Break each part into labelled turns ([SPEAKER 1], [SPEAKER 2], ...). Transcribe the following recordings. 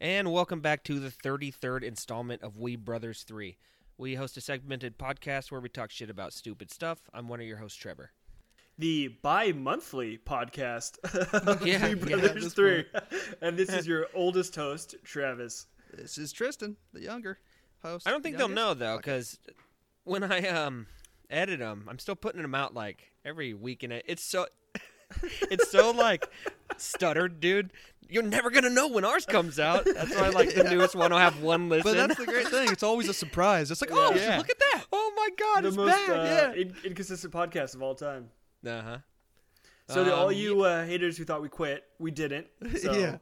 [SPEAKER 1] And welcome back to the 33rd installment of We Brothers 3. We host a segmented podcast where we talk shit about stupid stuff. I'm one of your hosts, Trevor.
[SPEAKER 2] the bi-monthly podcast of
[SPEAKER 1] Yeah,
[SPEAKER 2] Three
[SPEAKER 1] yeah,
[SPEAKER 2] Brothers
[SPEAKER 3] this
[SPEAKER 2] Three, and this is your oldest host, Travis.
[SPEAKER 3] This is Tristan, the younger host.
[SPEAKER 1] I don't think
[SPEAKER 3] the
[SPEAKER 1] they'll
[SPEAKER 3] youngest.
[SPEAKER 1] know though, because when I um edit them, I'm still putting them out like every week, and it- it's so it's so like stuttered, dude. You're never gonna know when ours comes out. That's why like the newest one will have one listen.
[SPEAKER 3] But that's the great thing. It's always a surprise. It's like, oh,
[SPEAKER 1] Yeah.
[SPEAKER 3] look at that.
[SPEAKER 1] oh my god,
[SPEAKER 2] The
[SPEAKER 1] it's
[SPEAKER 2] most
[SPEAKER 1] bad.
[SPEAKER 2] uh, in- inconsistent podcast of all time.
[SPEAKER 1] yeah. Uh huh.
[SPEAKER 2] So to all
[SPEAKER 1] Um,
[SPEAKER 2] you uh, haters who thought we quit, we didn't. So
[SPEAKER 3] Yeah.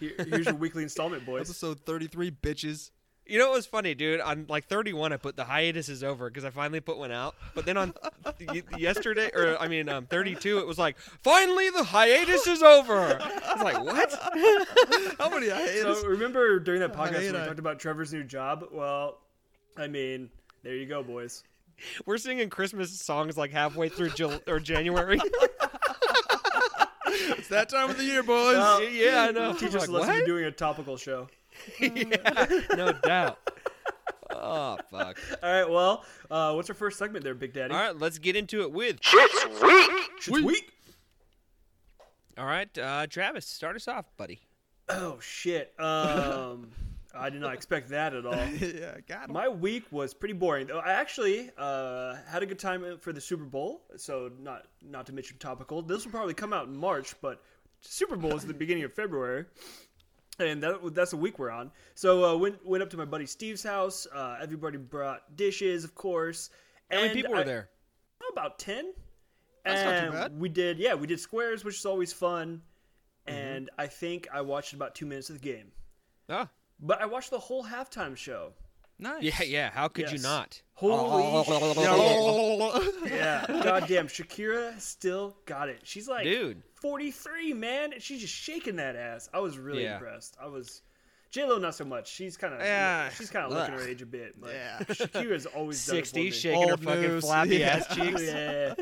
[SPEAKER 2] here- here's your weekly installment, boys.
[SPEAKER 3] Episode 33, bitches.
[SPEAKER 1] You know what was funny, dude? On like 31, I put the hiatus is over because I finally put one out. But then on y- yesterday, or I mean, um, 32, it was like finally the hiatus is over. I was like, what?
[SPEAKER 3] How many I hate
[SPEAKER 2] So remember during that podcast
[SPEAKER 3] hate
[SPEAKER 2] when we
[SPEAKER 3] I-
[SPEAKER 2] talked about Trevor's new job? Well, I mean, there you go, boys.
[SPEAKER 1] We're singing Christmas songs like halfway through Jul- or January.
[SPEAKER 3] It's that time of the year, boys.
[SPEAKER 2] Well,
[SPEAKER 1] yeah, I know.
[SPEAKER 2] Teach
[SPEAKER 1] I'm
[SPEAKER 2] us a
[SPEAKER 1] like,
[SPEAKER 2] lesson. You're
[SPEAKER 1] "What?"
[SPEAKER 2] doing a topical show.
[SPEAKER 1] Yeah, no doubt. Oh fuck!
[SPEAKER 2] All right. Well, uh, what's our first segment there, Big Daddy?
[SPEAKER 1] All right, let's get into it with.
[SPEAKER 2] Shit's weak.
[SPEAKER 1] All right, uh, Travis, start us off, buddy.
[SPEAKER 2] Oh shit. Um, I did not expect that at all.
[SPEAKER 3] yeah, got 'em.
[SPEAKER 2] My week was pretty boring. though. I actually uh, had a good time for the Super Bowl, so not not to mention topical. This will probably come out in March, but Super Bowl is the beginning of February, and that, that's the week we're on. So uh, went went up to my buddy Steve's house. Uh, everybody brought dishes, of course.
[SPEAKER 1] How many
[SPEAKER 2] and
[SPEAKER 1] people were
[SPEAKER 2] I- Oh,
[SPEAKER 1] there?
[SPEAKER 2] about 10
[SPEAKER 3] That's not too
[SPEAKER 2] and
[SPEAKER 3] bad.
[SPEAKER 2] we did yeah we did squares which is always fun
[SPEAKER 1] Mm-hmm.
[SPEAKER 2] and i think i watched about two minutes of the game
[SPEAKER 1] Oh,
[SPEAKER 2] but i watched the whole halftime show
[SPEAKER 3] Nice.
[SPEAKER 1] yeah, yeah. How could you
[SPEAKER 2] Yes.
[SPEAKER 1] not?
[SPEAKER 2] holy shit.
[SPEAKER 3] Oh. Yeah.
[SPEAKER 2] yeah goddamn shakira still got it she's like
[SPEAKER 1] Dude.
[SPEAKER 2] 43 man and she's just shaking that ass i was really
[SPEAKER 1] Yeah.
[SPEAKER 2] impressed i was j-lo not so much she's kind of
[SPEAKER 1] Yeah.
[SPEAKER 2] she's kind of looking her
[SPEAKER 1] Ugh.
[SPEAKER 2] age a bit but
[SPEAKER 3] Yeah.
[SPEAKER 2] shakira's always done it for
[SPEAKER 1] 60
[SPEAKER 2] me.
[SPEAKER 1] shaking her
[SPEAKER 3] Old
[SPEAKER 1] fucking
[SPEAKER 3] news.
[SPEAKER 1] flappy
[SPEAKER 3] Yeah.
[SPEAKER 1] ass cheeks.
[SPEAKER 2] Yeah.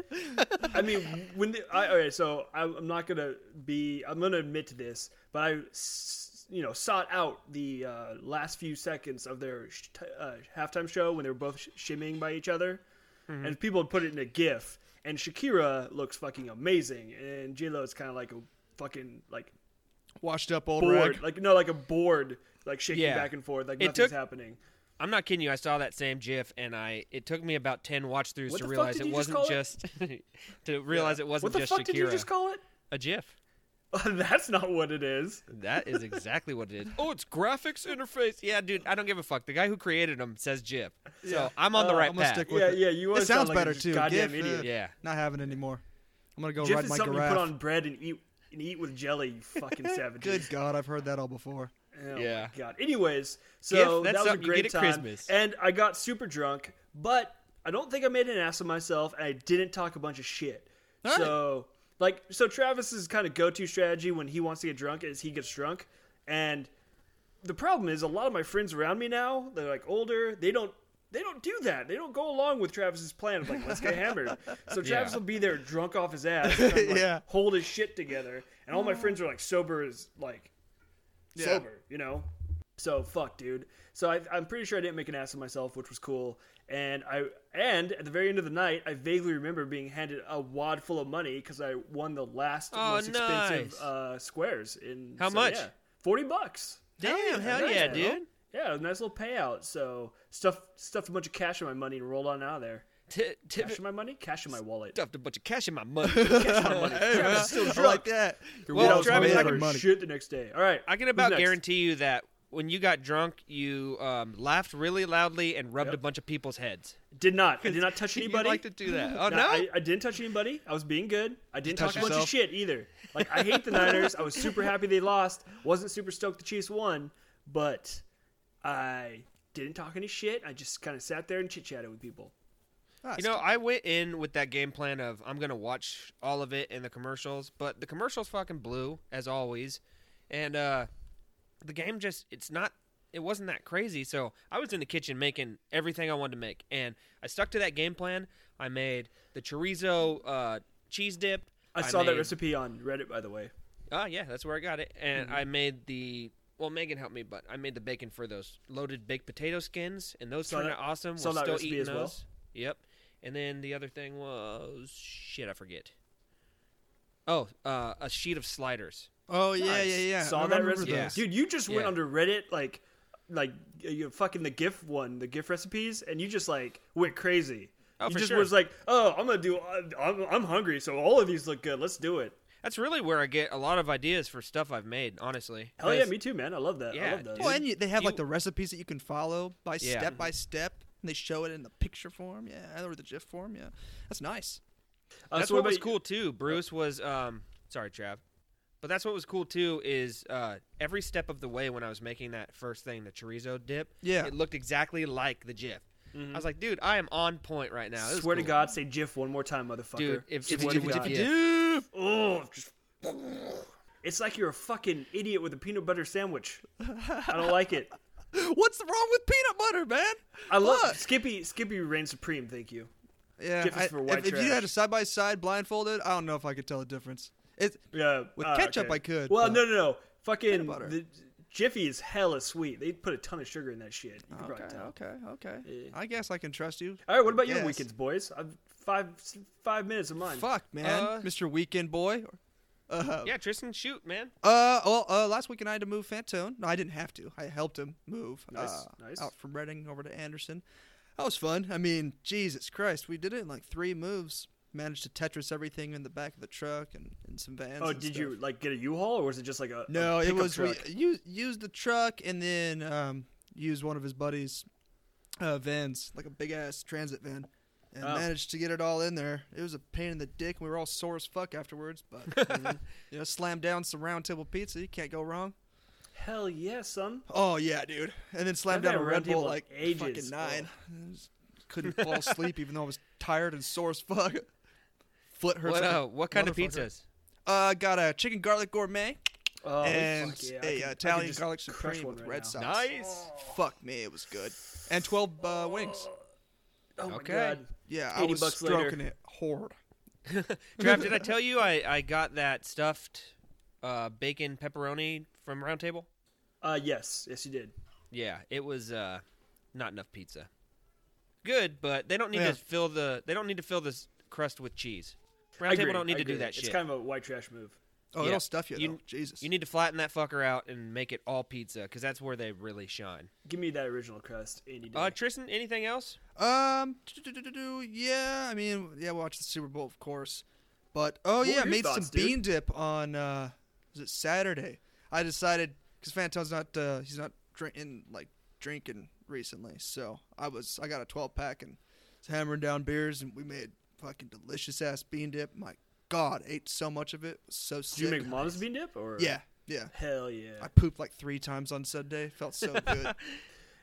[SPEAKER 2] I mean, when the, I all right, so I, I'm not gonna be. I'm gonna admit to this, but I, s- you know, sought out the uh, last few seconds of their sh- t- uh, halftime show when they were both sh- shimmying by each other,
[SPEAKER 1] Mm-hmm.
[SPEAKER 2] and people had put it in a GIF. And Shakira looks fucking amazing, and J Lo is kind of like a fucking like
[SPEAKER 3] Washed up old
[SPEAKER 2] bored,
[SPEAKER 3] wreck.
[SPEAKER 2] like no, like a board, like shaking
[SPEAKER 1] Yeah.
[SPEAKER 2] back and forth, like
[SPEAKER 1] It
[SPEAKER 2] nothing's
[SPEAKER 1] took-
[SPEAKER 2] happening.
[SPEAKER 1] I'm not kidding you. I saw that same GIF, and I it took me about ten watch throughs
[SPEAKER 2] What
[SPEAKER 1] to
[SPEAKER 2] the fuck
[SPEAKER 1] realize
[SPEAKER 2] did
[SPEAKER 1] it
[SPEAKER 2] you just
[SPEAKER 1] wasn't
[SPEAKER 2] call it?
[SPEAKER 1] just to realize it wasn't
[SPEAKER 2] what the
[SPEAKER 1] just
[SPEAKER 2] fuck
[SPEAKER 1] Shakira.
[SPEAKER 2] did you just call it?
[SPEAKER 1] a GIF.
[SPEAKER 2] That's not what it is.
[SPEAKER 1] That is exactly what it is. Oh, it's graphics interface. Yeah, dude, I don't give a fuck. The guy who created them says GIF, so I'm on the right
[SPEAKER 3] Uh, I'm gonna
[SPEAKER 1] path.
[SPEAKER 3] stick with
[SPEAKER 2] Yeah,
[SPEAKER 3] it.
[SPEAKER 2] yeah, you
[SPEAKER 3] It
[SPEAKER 2] always
[SPEAKER 3] sounds
[SPEAKER 2] sound like a
[SPEAKER 3] better too.
[SPEAKER 2] goddamn
[SPEAKER 3] Gif,
[SPEAKER 2] idiot.
[SPEAKER 3] uh,
[SPEAKER 1] Yeah.
[SPEAKER 3] Not having it anymore. I'm gonna go
[SPEAKER 2] Jif
[SPEAKER 3] ride
[SPEAKER 2] is
[SPEAKER 3] my
[SPEAKER 2] something you put
[SPEAKER 3] giraffe.
[SPEAKER 2] on bread and eat and eat with jelly. You fucking savages.
[SPEAKER 3] Good God, I've heard that all before.
[SPEAKER 2] Oh
[SPEAKER 1] Yeah.
[SPEAKER 2] My God. Anyways, so
[SPEAKER 1] that's
[SPEAKER 2] that was a
[SPEAKER 1] something you
[SPEAKER 2] great
[SPEAKER 1] get at
[SPEAKER 2] time,
[SPEAKER 1] Christmas.
[SPEAKER 2] and I got super drunk, but I don't think I made an ass of myself, and I didn't talk a bunch of shit.
[SPEAKER 3] right.
[SPEAKER 2] So, like, so Travis's kind of go-to strategy when he wants to get drunk is he gets drunk, and the problem is a lot of my friends around me now they're like older they don't they don't do that they don't go along with travis's plan of like let's get hammered so travis
[SPEAKER 1] Yeah.
[SPEAKER 2] will be there drunk off his ass and I'm like,
[SPEAKER 3] Yeah.
[SPEAKER 2] hold his shit together and all my friends are like sober as like
[SPEAKER 3] Yeah.
[SPEAKER 2] sober you know so fuck dude so I, i'm pretty sure i didn't make an ass of myself which was cool and i and at the very end of the night i vaguely remember being handed a wad full of money because i won the last
[SPEAKER 1] Oh,
[SPEAKER 2] most
[SPEAKER 1] nice.
[SPEAKER 2] expensive uh, squares in
[SPEAKER 1] How
[SPEAKER 2] so,
[SPEAKER 1] much?
[SPEAKER 2] yeah, 40 bucks
[SPEAKER 1] Damn, hell
[SPEAKER 2] nice,
[SPEAKER 1] yeah,
[SPEAKER 2] bro.
[SPEAKER 1] dude.
[SPEAKER 2] yeah, a nice little payout. So stuff stuffed a bunch of cash in my money and rolled on out of there.
[SPEAKER 1] T- t-
[SPEAKER 2] Cash in my money, cash in my wallet.
[SPEAKER 1] stuffed a bunch of cash in my money.
[SPEAKER 2] Cash in my money. Travis is still
[SPEAKER 3] I
[SPEAKER 2] drunk.
[SPEAKER 3] like that.
[SPEAKER 1] Well,
[SPEAKER 2] Without
[SPEAKER 1] Travis,
[SPEAKER 2] money
[SPEAKER 1] I
[SPEAKER 2] for
[SPEAKER 3] can- money.
[SPEAKER 2] shit the next day. All right,
[SPEAKER 1] I can
[SPEAKER 2] who's
[SPEAKER 1] about
[SPEAKER 2] next?
[SPEAKER 1] guarantee you that when you got drunk, you um, laughed really loudly and rubbed
[SPEAKER 2] Yep.
[SPEAKER 1] a bunch of people's heads.
[SPEAKER 2] Did not. I did not touch
[SPEAKER 1] You
[SPEAKER 2] anybody.
[SPEAKER 1] like to do that? Oh
[SPEAKER 2] No,
[SPEAKER 1] no,
[SPEAKER 2] I, I didn't touch anybody. I was being good. I didn't
[SPEAKER 3] touch
[SPEAKER 2] talk a bunch of
[SPEAKER 3] yourself.
[SPEAKER 2] shit either. Like I hate the Niners. I was super happy they lost. Wasn't super stoked the Chiefs won, but I didn't talk any shit. I just kind of sat there and chit chatted with people.
[SPEAKER 3] Ah,
[SPEAKER 1] You know, I went in with that game plan of I'm gonna watch all of it in the commercials, but the commercials fucking blew as always, and uh, the game just it's not it wasn't that crazy. So I was in the kitchen making everything I wanted to make, and I stuck to that game plan. I made the chorizo uh, cheese dip.
[SPEAKER 2] I, saw that
[SPEAKER 1] made- Ah,
[SPEAKER 2] recipe on Reddit, by the way. Mm-hmm.
[SPEAKER 1] Oh yeah, that's where I got it, and I made the Well, Megan helped me, but I made the bacon for those loaded baked potato skins, and those
[SPEAKER 2] Saw
[SPEAKER 1] turned
[SPEAKER 2] that-
[SPEAKER 1] out awesome.
[SPEAKER 2] saw
[SPEAKER 1] We're
[SPEAKER 2] that
[SPEAKER 1] still
[SPEAKER 2] recipe
[SPEAKER 1] eating
[SPEAKER 2] as well.
[SPEAKER 1] those. Yep. And then the other thing was shit. I forget. Oh, uh, a sheet of sliders.
[SPEAKER 3] Oh yeah,
[SPEAKER 2] Nice.
[SPEAKER 3] yeah, yeah. I
[SPEAKER 2] Saw that
[SPEAKER 3] remember
[SPEAKER 2] recipe,
[SPEAKER 1] those.
[SPEAKER 3] those.
[SPEAKER 1] Yeah.
[SPEAKER 2] dude. You just went
[SPEAKER 1] Yeah.
[SPEAKER 2] under Reddit, like, like you fucking the GIF one, the GIF recipes, and you just like went crazy.
[SPEAKER 1] Oh,
[SPEAKER 2] you
[SPEAKER 1] for
[SPEAKER 2] just
[SPEAKER 1] sure.
[SPEAKER 2] was like, oh, I'm gonna do. I'm, I'm hungry, so all of these look good. Let's do it.
[SPEAKER 1] That's really where I get a lot of ideas for stuff I've made. Honestly.
[SPEAKER 2] Hell yeah,
[SPEAKER 1] 'Cause-
[SPEAKER 2] me too, man. I love that. I
[SPEAKER 1] Yeah,
[SPEAKER 2] love those.
[SPEAKER 1] dude.
[SPEAKER 3] Well, and you, Mm-hmm. they have like
[SPEAKER 1] You-
[SPEAKER 3] the recipes that you can follow by
[SPEAKER 1] Yeah.
[SPEAKER 3] step by step. And they show it in the picture form, yeah, or the GIF form, yeah. That's nice.
[SPEAKER 2] Uh,
[SPEAKER 1] that's
[SPEAKER 2] so
[SPEAKER 1] what,
[SPEAKER 2] about
[SPEAKER 1] was
[SPEAKER 2] you-
[SPEAKER 1] cool too. Bruce was um sorry, Trav. But that's what was cool too is uh, every step of the way when I was making that first thing, the chorizo dip,
[SPEAKER 3] Yeah.
[SPEAKER 1] it looked exactly like the GIF. I was like, dude, I am on point right now. This is
[SPEAKER 2] Mm-hmm. Swear to
[SPEAKER 1] cool.
[SPEAKER 2] God, say GIF one more time, motherfucker.
[SPEAKER 1] Dude, if- if
[SPEAKER 2] Swear
[SPEAKER 1] you-
[SPEAKER 2] to
[SPEAKER 1] if
[SPEAKER 2] God.
[SPEAKER 1] you
[SPEAKER 3] Dude,
[SPEAKER 2] oh, just. It's like you're a fucking idiot with a peanut butter sandwich. I don't like it.
[SPEAKER 3] what's wrong with peanut butter, man?
[SPEAKER 2] I love
[SPEAKER 3] Look.
[SPEAKER 2] Skippy. Skippy reigns supreme. Thank you.
[SPEAKER 3] Yeah,
[SPEAKER 2] Difference
[SPEAKER 3] I-
[SPEAKER 2] for white
[SPEAKER 3] if, if you had
[SPEAKER 2] trash.
[SPEAKER 3] a side by side blindfolded, I don't know if I could tell the difference. It's
[SPEAKER 2] Yeah,
[SPEAKER 3] With
[SPEAKER 2] uh,
[SPEAKER 3] ketchup,
[SPEAKER 2] okay.
[SPEAKER 3] I could,
[SPEAKER 2] Well,
[SPEAKER 3] but-
[SPEAKER 2] no, no, no. Fucking
[SPEAKER 3] butter.
[SPEAKER 2] the Jiffy is hella sweet. They put a ton of sugar in that shit. You can
[SPEAKER 3] okay,
[SPEAKER 2] probably tell.
[SPEAKER 3] okay, okay.
[SPEAKER 2] Yeah.
[SPEAKER 3] I guess I can trust you.
[SPEAKER 2] All right, what about your
[SPEAKER 3] Yes.
[SPEAKER 2] weekends, boys? I've five five minutes of mine.
[SPEAKER 3] Fuck, man,
[SPEAKER 1] Uh,
[SPEAKER 3] Mr. Weekend Boy. Uh,
[SPEAKER 1] Yeah, Tristan, shoot, man.
[SPEAKER 3] Uh, well, uh, last weekend I had to move Fantone. No, I didn't have to. I helped him move.
[SPEAKER 2] Nice,
[SPEAKER 3] uh,
[SPEAKER 2] Ah, nice.
[SPEAKER 3] Out from Reading over to Anderson. That was fun. I mean, Jesus Christ, we did it in like three moves. Managed to Tetris everything in the back of the truck and, and some vans.
[SPEAKER 2] Oh,
[SPEAKER 3] and
[SPEAKER 2] did
[SPEAKER 3] stuff.
[SPEAKER 2] you like get a U-Haul or was it just like a a
[SPEAKER 3] No, it
[SPEAKER 2] pickup
[SPEAKER 3] was we
[SPEAKER 2] truck?
[SPEAKER 3] use use the truck and then um use one of his buddies' uh, vans, like a big ass transit van, and
[SPEAKER 2] Oh.
[SPEAKER 3] managed to get it all in there. It was a pain in the dick. and We were all sore as fuck afterwards, but I mean, you know, slam down some round table pizza. You can't go wrong.
[SPEAKER 2] Hell yeah, son.
[SPEAKER 3] Oh yeah, dude. And then slammed
[SPEAKER 2] I've
[SPEAKER 3] down a
[SPEAKER 2] had a
[SPEAKER 3] Red
[SPEAKER 2] round
[SPEAKER 3] Bull
[SPEAKER 2] table in
[SPEAKER 3] like
[SPEAKER 2] ages.
[SPEAKER 3] fucking nine. Just Couldn't fall asleep even though I was tired and sore as fuck. Foot hurts.
[SPEAKER 1] What,
[SPEAKER 3] like a
[SPEAKER 1] uh, what kind of
[SPEAKER 3] motherfucker.
[SPEAKER 1] pizzas?
[SPEAKER 3] Uh, got a chicken garlic gourmet
[SPEAKER 2] Oh,
[SPEAKER 3] and
[SPEAKER 2] fuck yeah. I
[SPEAKER 3] a
[SPEAKER 2] could- I
[SPEAKER 3] uh,
[SPEAKER 2] could
[SPEAKER 3] Italian
[SPEAKER 2] just
[SPEAKER 3] garlic
[SPEAKER 2] crush
[SPEAKER 3] supreme
[SPEAKER 2] one
[SPEAKER 3] with
[SPEAKER 2] right
[SPEAKER 3] red
[SPEAKER 2] now.
[SPEAKER 3] sauce.
[SPEAKER 1] Nice.
[SPEAKER 3] Fuck me, it was good. And twelve uh, wings.
[SPEAKER 2] Oh my
[SPEAKER 1] Okay.
[SPEAKER 2] god.
[SPEAKER 3] Yeah, I
[SPEAKER 2] 80
[SPEAKER 3] was
[SPEAKER 2] bucks later.
[SPEAKER 3] stroking it hard.
[SPEAKER 1] Trav, did I tell you I, I got that stuffed uh, bacon pepperoni from Round Table?
[SPEAKER 2] Uh, yes, yes, you did.
[SPEAKER 1] Yeah, it was uh, not enough pizza. Good, but they don't need
[SPEAKER 3] Yeah.
[SPEAKER 1] to fill the they don't need to fill this crust with cheese.
[SPEAKER 2] I
[SPEAKER 1] Round table
[SPEAKER 2] agree,
[SPEAKER 1] don't need
[SPEAKER 2] I
[SPEAKER 1] to do
[SPEAKER 2] agree.
[SPEAKER 1] that
[SPEAKER 2] it's
[SPEAKER 1] shit.
[SPEAKER 2] kind of a white trash move.
[SPEAKER 3] Oh,
[SPEAKER 1] Yeah.
[SPEAKER 3] it'll stuff you,
[SPEAKER 1] You-
[SPEAKER 3] though. Jesus.
[SPEAKER 1] you need to flatten that fucker out and make it all pizza because that's where they really shine.
[SPEAKER 2] Give me that original crust, Andy.
[SPEAKER 1] Uh, Tristan, anything else?
[SPEAKER 3] um, do-do-do-do-do, yeah. I mean, yeah, we watched the Super Bowl, of course. But oh
[SPEAKER 2] were
[SPEAKER 3] yeah,
[SPEAKER 2] your
[SPEAKER 3] made
[SPEAKER 2] thoughts,
[SPEAKER 3] some
[SPEAKER 2] dude?
[SPEAKER 3] bean dip on. uh Was it Saturday? I decided because Fantone's not uh, he's not drinking like drinking recently, so I was I got a twelve pack and was hammering down beers and we made fucking delicious ass bean dip. My God, ate so much of it. was so sick.
[SPEAKER 2] Did you make mom's bean dip or?
[SPEAKER 3] Yeah, yeah.
[SPEAKER 2] Hell yeah,
[SPEAKER 3] I pooped like three times on Sunday. Felt so good.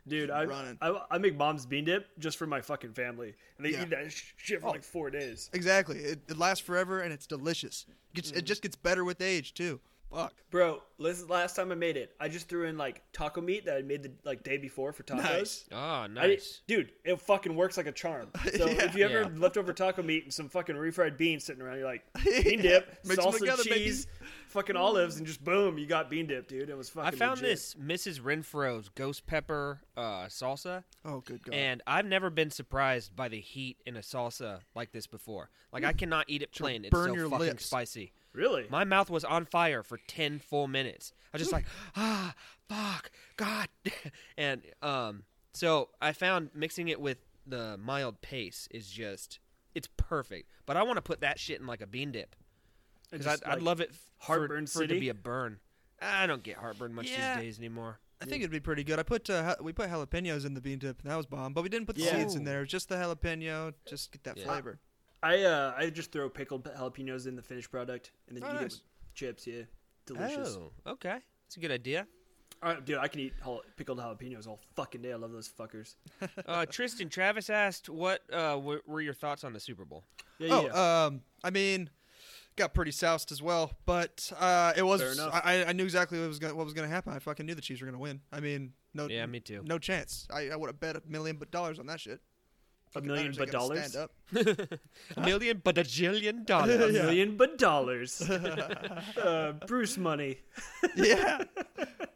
[SPEAKER 2] dude! I,
[SPEAKER 3] running.
[SPEAKER 2] I I make mom's bean dip just for my fucking family, and they
[SPEAKER 3] Yeah. Oh.
[SPEAKER 2] eat that sh- shit for like four days.
[SPEAKER 3] exactly. It, it lasts forever and it's delicious. It, gets,
[SPEAKER 2] Mm.
[SPEAKER 3] it just gets better with age too. Fuck.
[SPEAKER 2] Bro, this last time I made it, I just threw in like taco meat that I made the like day before for tacos.
[SPEAKER 3] Nice.
[SPEAKER 1] Oh,
[SPEAKER 2] I did-
[SPEAKER 1] nice.
[SPEAKER 2] dude, it fucking works like a charm. So
[SPEAKER 3] Yeah.
[SPEAKER 2] if you ever
[SPEAKER 1] Yeah.
[SPEAKER 2] have leftover taco meat and some fucking refried beans sitting around, you're like bean
[SPEAKER 3] Yeah.
[SPEAKER 2] dip,
[SPEAKER 3] Mix 'em
[SPEAKER 2] salsa,
[SPEAKER 3] together, baby.
[SPEAKER 2] cheese, fucking olives, and just boom, you got bean dip, dude. It was fucking.
[SPEAKER 1] I found
[SPEAKER 2] legit.
[SPEAKER 1] this Mrs. Renfro's ghost pepper uh, salsa,
[SPEAKER 3] Oh, good God.
[SPEAKER 1] and I've never been surprised by the heat in a salsa like this before. Like I cannot eat it plain; it's
[SPEAKER 3] burn
[SPEAKER 1] so
[SPEAKER 3] your
[SPEAKER 1] fucking
[SPEAKER 3] lips.
[SPEAKER 1] spicy.
[SPEAKER 2] Really?
[SPEAKER 1] My mouth was on fire for ten full minutes. I was just like, ah, fuck, God, and um, so I found mixing it with the mild pace is just it's perfect. But I want to put that shit in like a bean dip
[SPEAKER 2] And
[SPEAKER 1] because
[SPEAKER 2] just,
[SPEAKER 1] I'd, I'd
[SPEAKER 2] like,
[SPEAKER 1] love it f- for-
[SPEAKER 2] Heartburn
[SPEAKER 1] for, it
[SPEAKER 2] City?
[SPEAKER 1] to be a burn. I don't get heartburn much
[SPEAKER 3] Yeah.
[SPEAKER 1] these days anymore.
[SPEAKER 3] I think it'd be pretty good. I put uh, ha- we put jalapenos in the bean dip, and that was bomb. But we didn't put the
[SPEAKER 2] Yeah.
[SPEAKER 3] seeds in
[SPEAKER 1] Ooh.
[SPEAKER 3] there. It was Just the jalapeno. Just get that
[SPEAKER 1] Yeah.
[SPEAKER 3] flavor.
[SPEAKER 2] I uh, I just throw pickled jalapenos in the finished product, and then
[SPEAKER 3] Oh,
[SPEAKER 2] you eat it
[SPEAKER 3] nice.
[SPEAKER 2] with chips. Yeah, delicious.
[SPEAKER 1] Oh, okay, that's a good idea.
[SPEAKER 2] All right, Uh, dude, I can eat jal- pickled jalapenos all fucking day. I love those fuckers.
[SPEAKER 1] Uh, Tristan Travis asked, "What uh, were, were your thoughts on the Super Bowl?"
[SPEAKER 2] Yeah,
[SPEAKER 3] Oh,
[SPEAKER 2] yeah.
[SPEAKER 3] um, I mean, got pretty soused as well, but uh, it
[SPEAKER 2] Fair
[SPEAKER 3] was.
[SPEAKER 2] enough.
[SPEAKER 3] I, I- I knew exactly what was gonna, what was going to happen. I fucking knew the Chiefs were going to win. I mean, no.
[SPEAKER 1] Yeah, me too.
[SPEAKER 3] No chance. I, I would have bet a million but dollars on that shit.
[SPEAKER 2] a
[SPEAKER 3] Fucking
[SPEAKER 2] million
[SPEAKER 3] Niners
[SPEAKER 2] but
[SPEAKER 3] ain't gonna
[SPEAKER 2] dollars.
[SPEAKER 3] stand up.
[SPEAKER 1] A million, but a jillion
[SPEAKER 2] A
[SPEAKER 1] dollars.
[SPEAKER 2] million but dollars. uh, Bruce money.
[SPEAKER 3] yeah.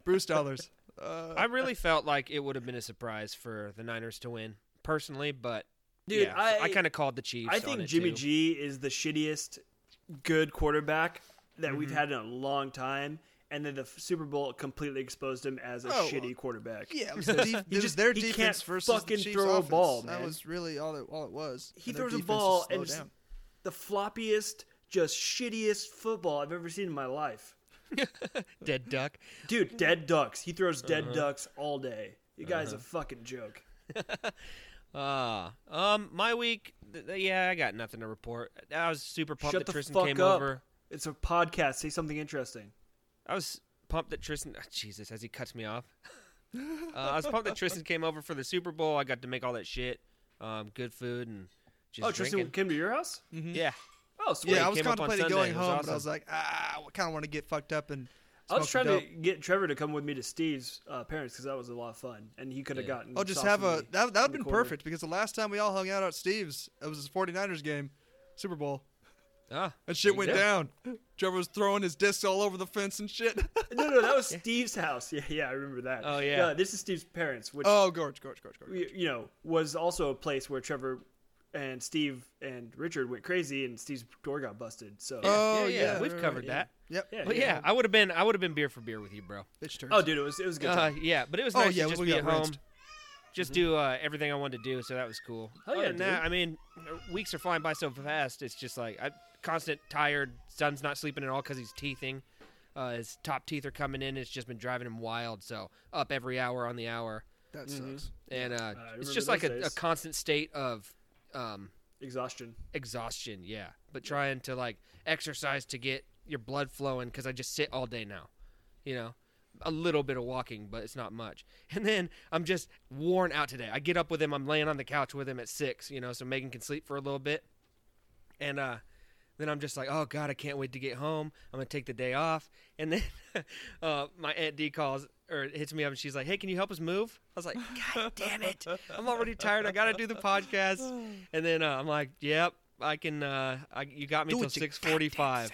[SPEAKER 3] Bruce dollars. Uh,
[SPEAKER 1] I really felt like it would have been a surprise for the Niners to win personally, but
[SPEAKER 2] Dude,
[SPEAKER 1] yeah,
[SPEAKER 2] I-
[SPEAKER 1] kind of called the Chiefs.
[SPEAKER 2] I
[SPEAKER 1] on
[SPEAKER 2] think
[SPEAKER 1] it,
[SPEAKER 2] Jimmy
[SPEAKER 1] too.
[SPEAKER 2] G is the shittiest good quarterback that we've
[SPEAKER 3] Mm-hmm.
[SPEAKER 2] had in a long time, and then the F- Super Bowl completely exposed him as a
[SPEAKER 3] Oh, well,
[SPEAKER 2] shitty quarterback.
[SPEAKER 3] yeah, it was, the def- it was
[SPEAKER 2] just-
[SPEAKER 3] their
[SPEAKER 2] he
[SPEAKER 3] defense
[SPEAKER 2] can't
[SPEAKER 3] versus
[SPEAKER 2] fucking
[SPEAKER 3] the Chiefs
[SPEAKER 2] throw a
[SPEAKER 3] offense.
[SPEAKER 2] ball,
[SPEAKER 3] That
[SPEAKER 2] man.
[SPEAKER 3] was really all it, all it was.
[SPEAKER 2] He
[SPEAKER 3] And their
[SPEAKER 2] throws a
[SPEAKER 3] defense is
[SPEAKER 2] ball
[SPEAKER 3] slow
[SPEAKER 2] and just
[SPEAKER 3] down.
[SPEAKER 2] the floppiest, just shittiest football I've ever seen in my life.
[SPEAKER 1] dead duck.
[SPEAKER 2] Dude, dead ducks. He throws dead
[SPEAKER 1] Uh-huh.
[SPEAKER 2] ducks all day. You guy's a fucking joke.
[SPEAKER 1] Uh, um, my week, th- th- yeah, I got nothing to report. I was super pumped
[SPEAKER 2] Shut
[SPEAKER 1] that
[SPEAKER 2] the
[SPEAKER 1] Tristan
[SPEAKER 2] fuck
[SPEAKER 1] came
[SPEAKER 2] up.
[SPEAKER 1] over.
[SPEAKER 2] It's a podcast. Say something interesting.
[SPEAKER 1] I was pumped that Tristan. ah, Jesus, as he cuts me off. uh, I was pumped that Tristan came over for the Super Bowl. I got to make all that shit, um, good food and just
[SPEAKER 2] oh, Tristan
[SPEAKER 1] drinking. Mm-hmm.
[SPEAKER 2] came to your house?
[SPEAKER 1] Yeah,
[SPEAKER 2] Oh, sweet.
[SPEAKER 3] Yeah, I
[SPEAKER 1] it
[SPEAKER 3] was
[SPEAKER 1] came up on
[SPEAKER 3] contemplating
[SPEAKER 1] Sunday.
[SPEAKER 3] going
[SPEAKER 1] It was
[SPEAKER 3] home, but
[SPEAKER 1] awesome.
[SPEAKER 3] I was like, ah, I kind of want to get fucked up and.
[SPEAKER 2] I was
[SPEAKER 3] smoke
[SPEAKER 2] trying
[SPEAKER 3] a
[SPEAKER 2] to
[SPEAKER 3] dope.
[SPEAKER 2] get Trevor to come with me to Steve's uh, parents because that was a lot of fun, and he could have
[SPEAKER 1] Yeah.
[SPEAKER 2] gotten.
[SPEAKER 3] Oh, just
[SPEAKER 2] sauce
[SPEAKER 3] have
[SPEAKER 2] with
[SPEAKER 3] a
[SPEAKER 2] me
[SPEAKER 3] that that
[SPEAKER 2] in
[SPEAKER 3] would
[SPEAKER 2] the
[SPEAKER 3] been
[SPEAKER 2] corner.
[SPEAKER 3] perfect because the last time we all hung out at Steve's, it was a 49ers game, Super Bowl.
[SPEAKER 1] ah,
[SPEAKER 3] And shit went
[SPEAKER 1] Yeah.
[SPEAKER 3] down. Trevor was throwing his discs all over the fence and shit.
[SPEAKER 2] No, no, that was Steve's house. Yeah, yeah, I remember that.
[SPEAKER 1] Oh, yeah.
[SPEAKER 2] this is Steve's parents, which
[SPEAKER 3] oh, gorge, gorge, gorge, gorge.
[SPEAKER 2] y- you know was also a place where Trevor and Steve and Richard went crazy, and Steve's door got busted. So.
[SPEAKER 3] Oh,
[SPEAKER 1] yeah,
[SPEAKER 3] yeah,
[SPEAKER 1] we've
[SPEAKER 3] right,
[SPEAKER 1] covered
[SPEAKER 3] right,
[SPEAKER 1] that.
[SPEAKER 3] Yep.
[SPEAKER 2] Yeah.
[SPEAKER 1] But yeah, I would have been, I would have been beer for beer with you, bro.
[SPEAKER 3] Bitch turns.
[SPEAKER 2] Oh, dude, it was it was a good.
[SPEAKER 1] Uh,
[SPEAKER 2] time.
[SPEAKER 1] yeah, but it was
[SPEAKER 3] Oh,
[SPEAKER 1] nice
[SPEAKER 3] yeah,
[SPEAKER 1] to just
[SPEAKER 3] we
[SPEAKER 1] be
[SPEAKER 3] got
[SPEAKER 1] at home,
[SPEAKER 3] rinsed.
[SPEAKER 1] just do uh, everything I wanted to do, so that was cool.
[SPEAKER 2] Hell
[SPEAKER 1] Other
[SPEAKER 2] yeah,
[SPEAKER 1] than that,
[SPEAKER 2] dude.
[SPEAKER 1] I mean, weeks are flying by so fast. It's just like I constant tired. Son's not sleeping at all because he's teething. Uh, his top teeth are coming in. It's just been driving him wild. So up every hour on the hour,
[SPEAKER 3] that
[SPEAKER 2] mm-hmm.
[SPEAKER 3] sucks.
[SPEAKER 1] and uh, it's
[SPEAKER 2] remember
[SPEAKER 1] just like
[SPEAKER 2] those
[SPEAKER 1] a, a
[SPEAKER 2] days.
[SPEAKER 1] constant state of um,
[SPEAKER 2] Exhaustion.
[SPEAKER 1] exhaustion. Yeah, but trying to like exercise to get your blood flowing because I just sit all day now. You know, a little bit of walking, but it's not much. And then I'm just worn out today. I get up with him. I'm laying on the couch with him at six. You know, so Megan can sleep for a little bit. And uh, then I'm just like, oh god, I can't wait to get home. I'm gonna take the day off. And then uh, my aunt D calls or hits me up, and she's like, hey, can you help us move? I was like, god damn it, I'm already tired. I gotta do the podcast. And then uh, I'm like, yep, I can. Uh, I, you got me till six forty-five.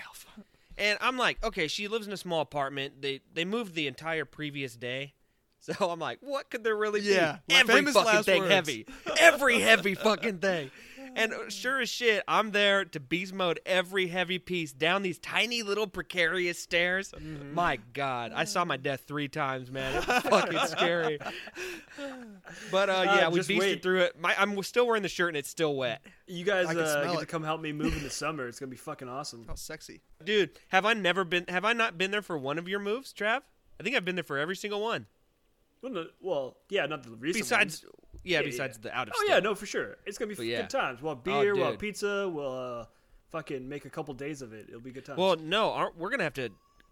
[SPEAKER 1] And I'm like, okay, she lives in a small apartment. They they moved the entire previous day. So I'm like, what could there really
[SPEAKER 3] Yeah,
[SPEAKER 1] be?
[SPEAKER 3] my
[SPEAKER 1] Every
[SPEAKER 3] famous
[SPEAKER 1] fucking
[SPEAKER 3] last
[SPEAKER 1] thing
[SPEAKER 3] words.
[SPEAKER 1] heavy. Every heavy fucking thing. And sure as shit, I'm there to beast mode every heavy piece down these tiny little precarious stairs.
[SPEAKER 3] Mm-hmm.
[SPEAKER 1] My God, I saw my death three times, man. It was fucking scary. But uh,
[SPEAKER 2] Ah,
[SPEAKER 1] yeah, we
[SPEAKER 2] just
[SPEAKER 1] beasted
[SPEAKER 2] wait.
[SPEAKER 1] through it. My, I'm still wearing the shirt and it's still wet.
[SPEAKER 2] You guys
[SPEAKER 3] I can
[SPEAKER 2] uh,
[SPEAKER 3] smell
[SPEAKER 2] get
[SPEAKER 3] it. Oh.
[SPEAKER 2] to come help me move in the summer. It's gonna be fucking awesome.
[SPEAKER 3] How sexy.
[SPEAKER 1] Dude, have I never been? Have I not been there for one of your moves, Trav? I think I've been there for every single one.
[SPEAKER 2] Well, no- well, yeah, not the recent
[SPEAKER 1] Besides,
[SPEAKER 2] ones.
[SPEAKER 1] yeah,
[SPEAKER 2] yeah.
[SPEAKER 1] besides the out of.
[SPEAKER 2] Oh
[SPEAKER 1] state.
[SPEAKER 2] yeah, no, for sure. It's gonna be f-
[SPEAKER 1] yeah. Oh,
[SPEAKER 2] good times. We'll have beer, we'll have
[SPEAKER 1] dude.
[SPEAKER 2] pizza, we'll uh, fucking make a couple days of it. It'll be good times.
[SPEAKER 1] Well, no, aren't, we're gonna have to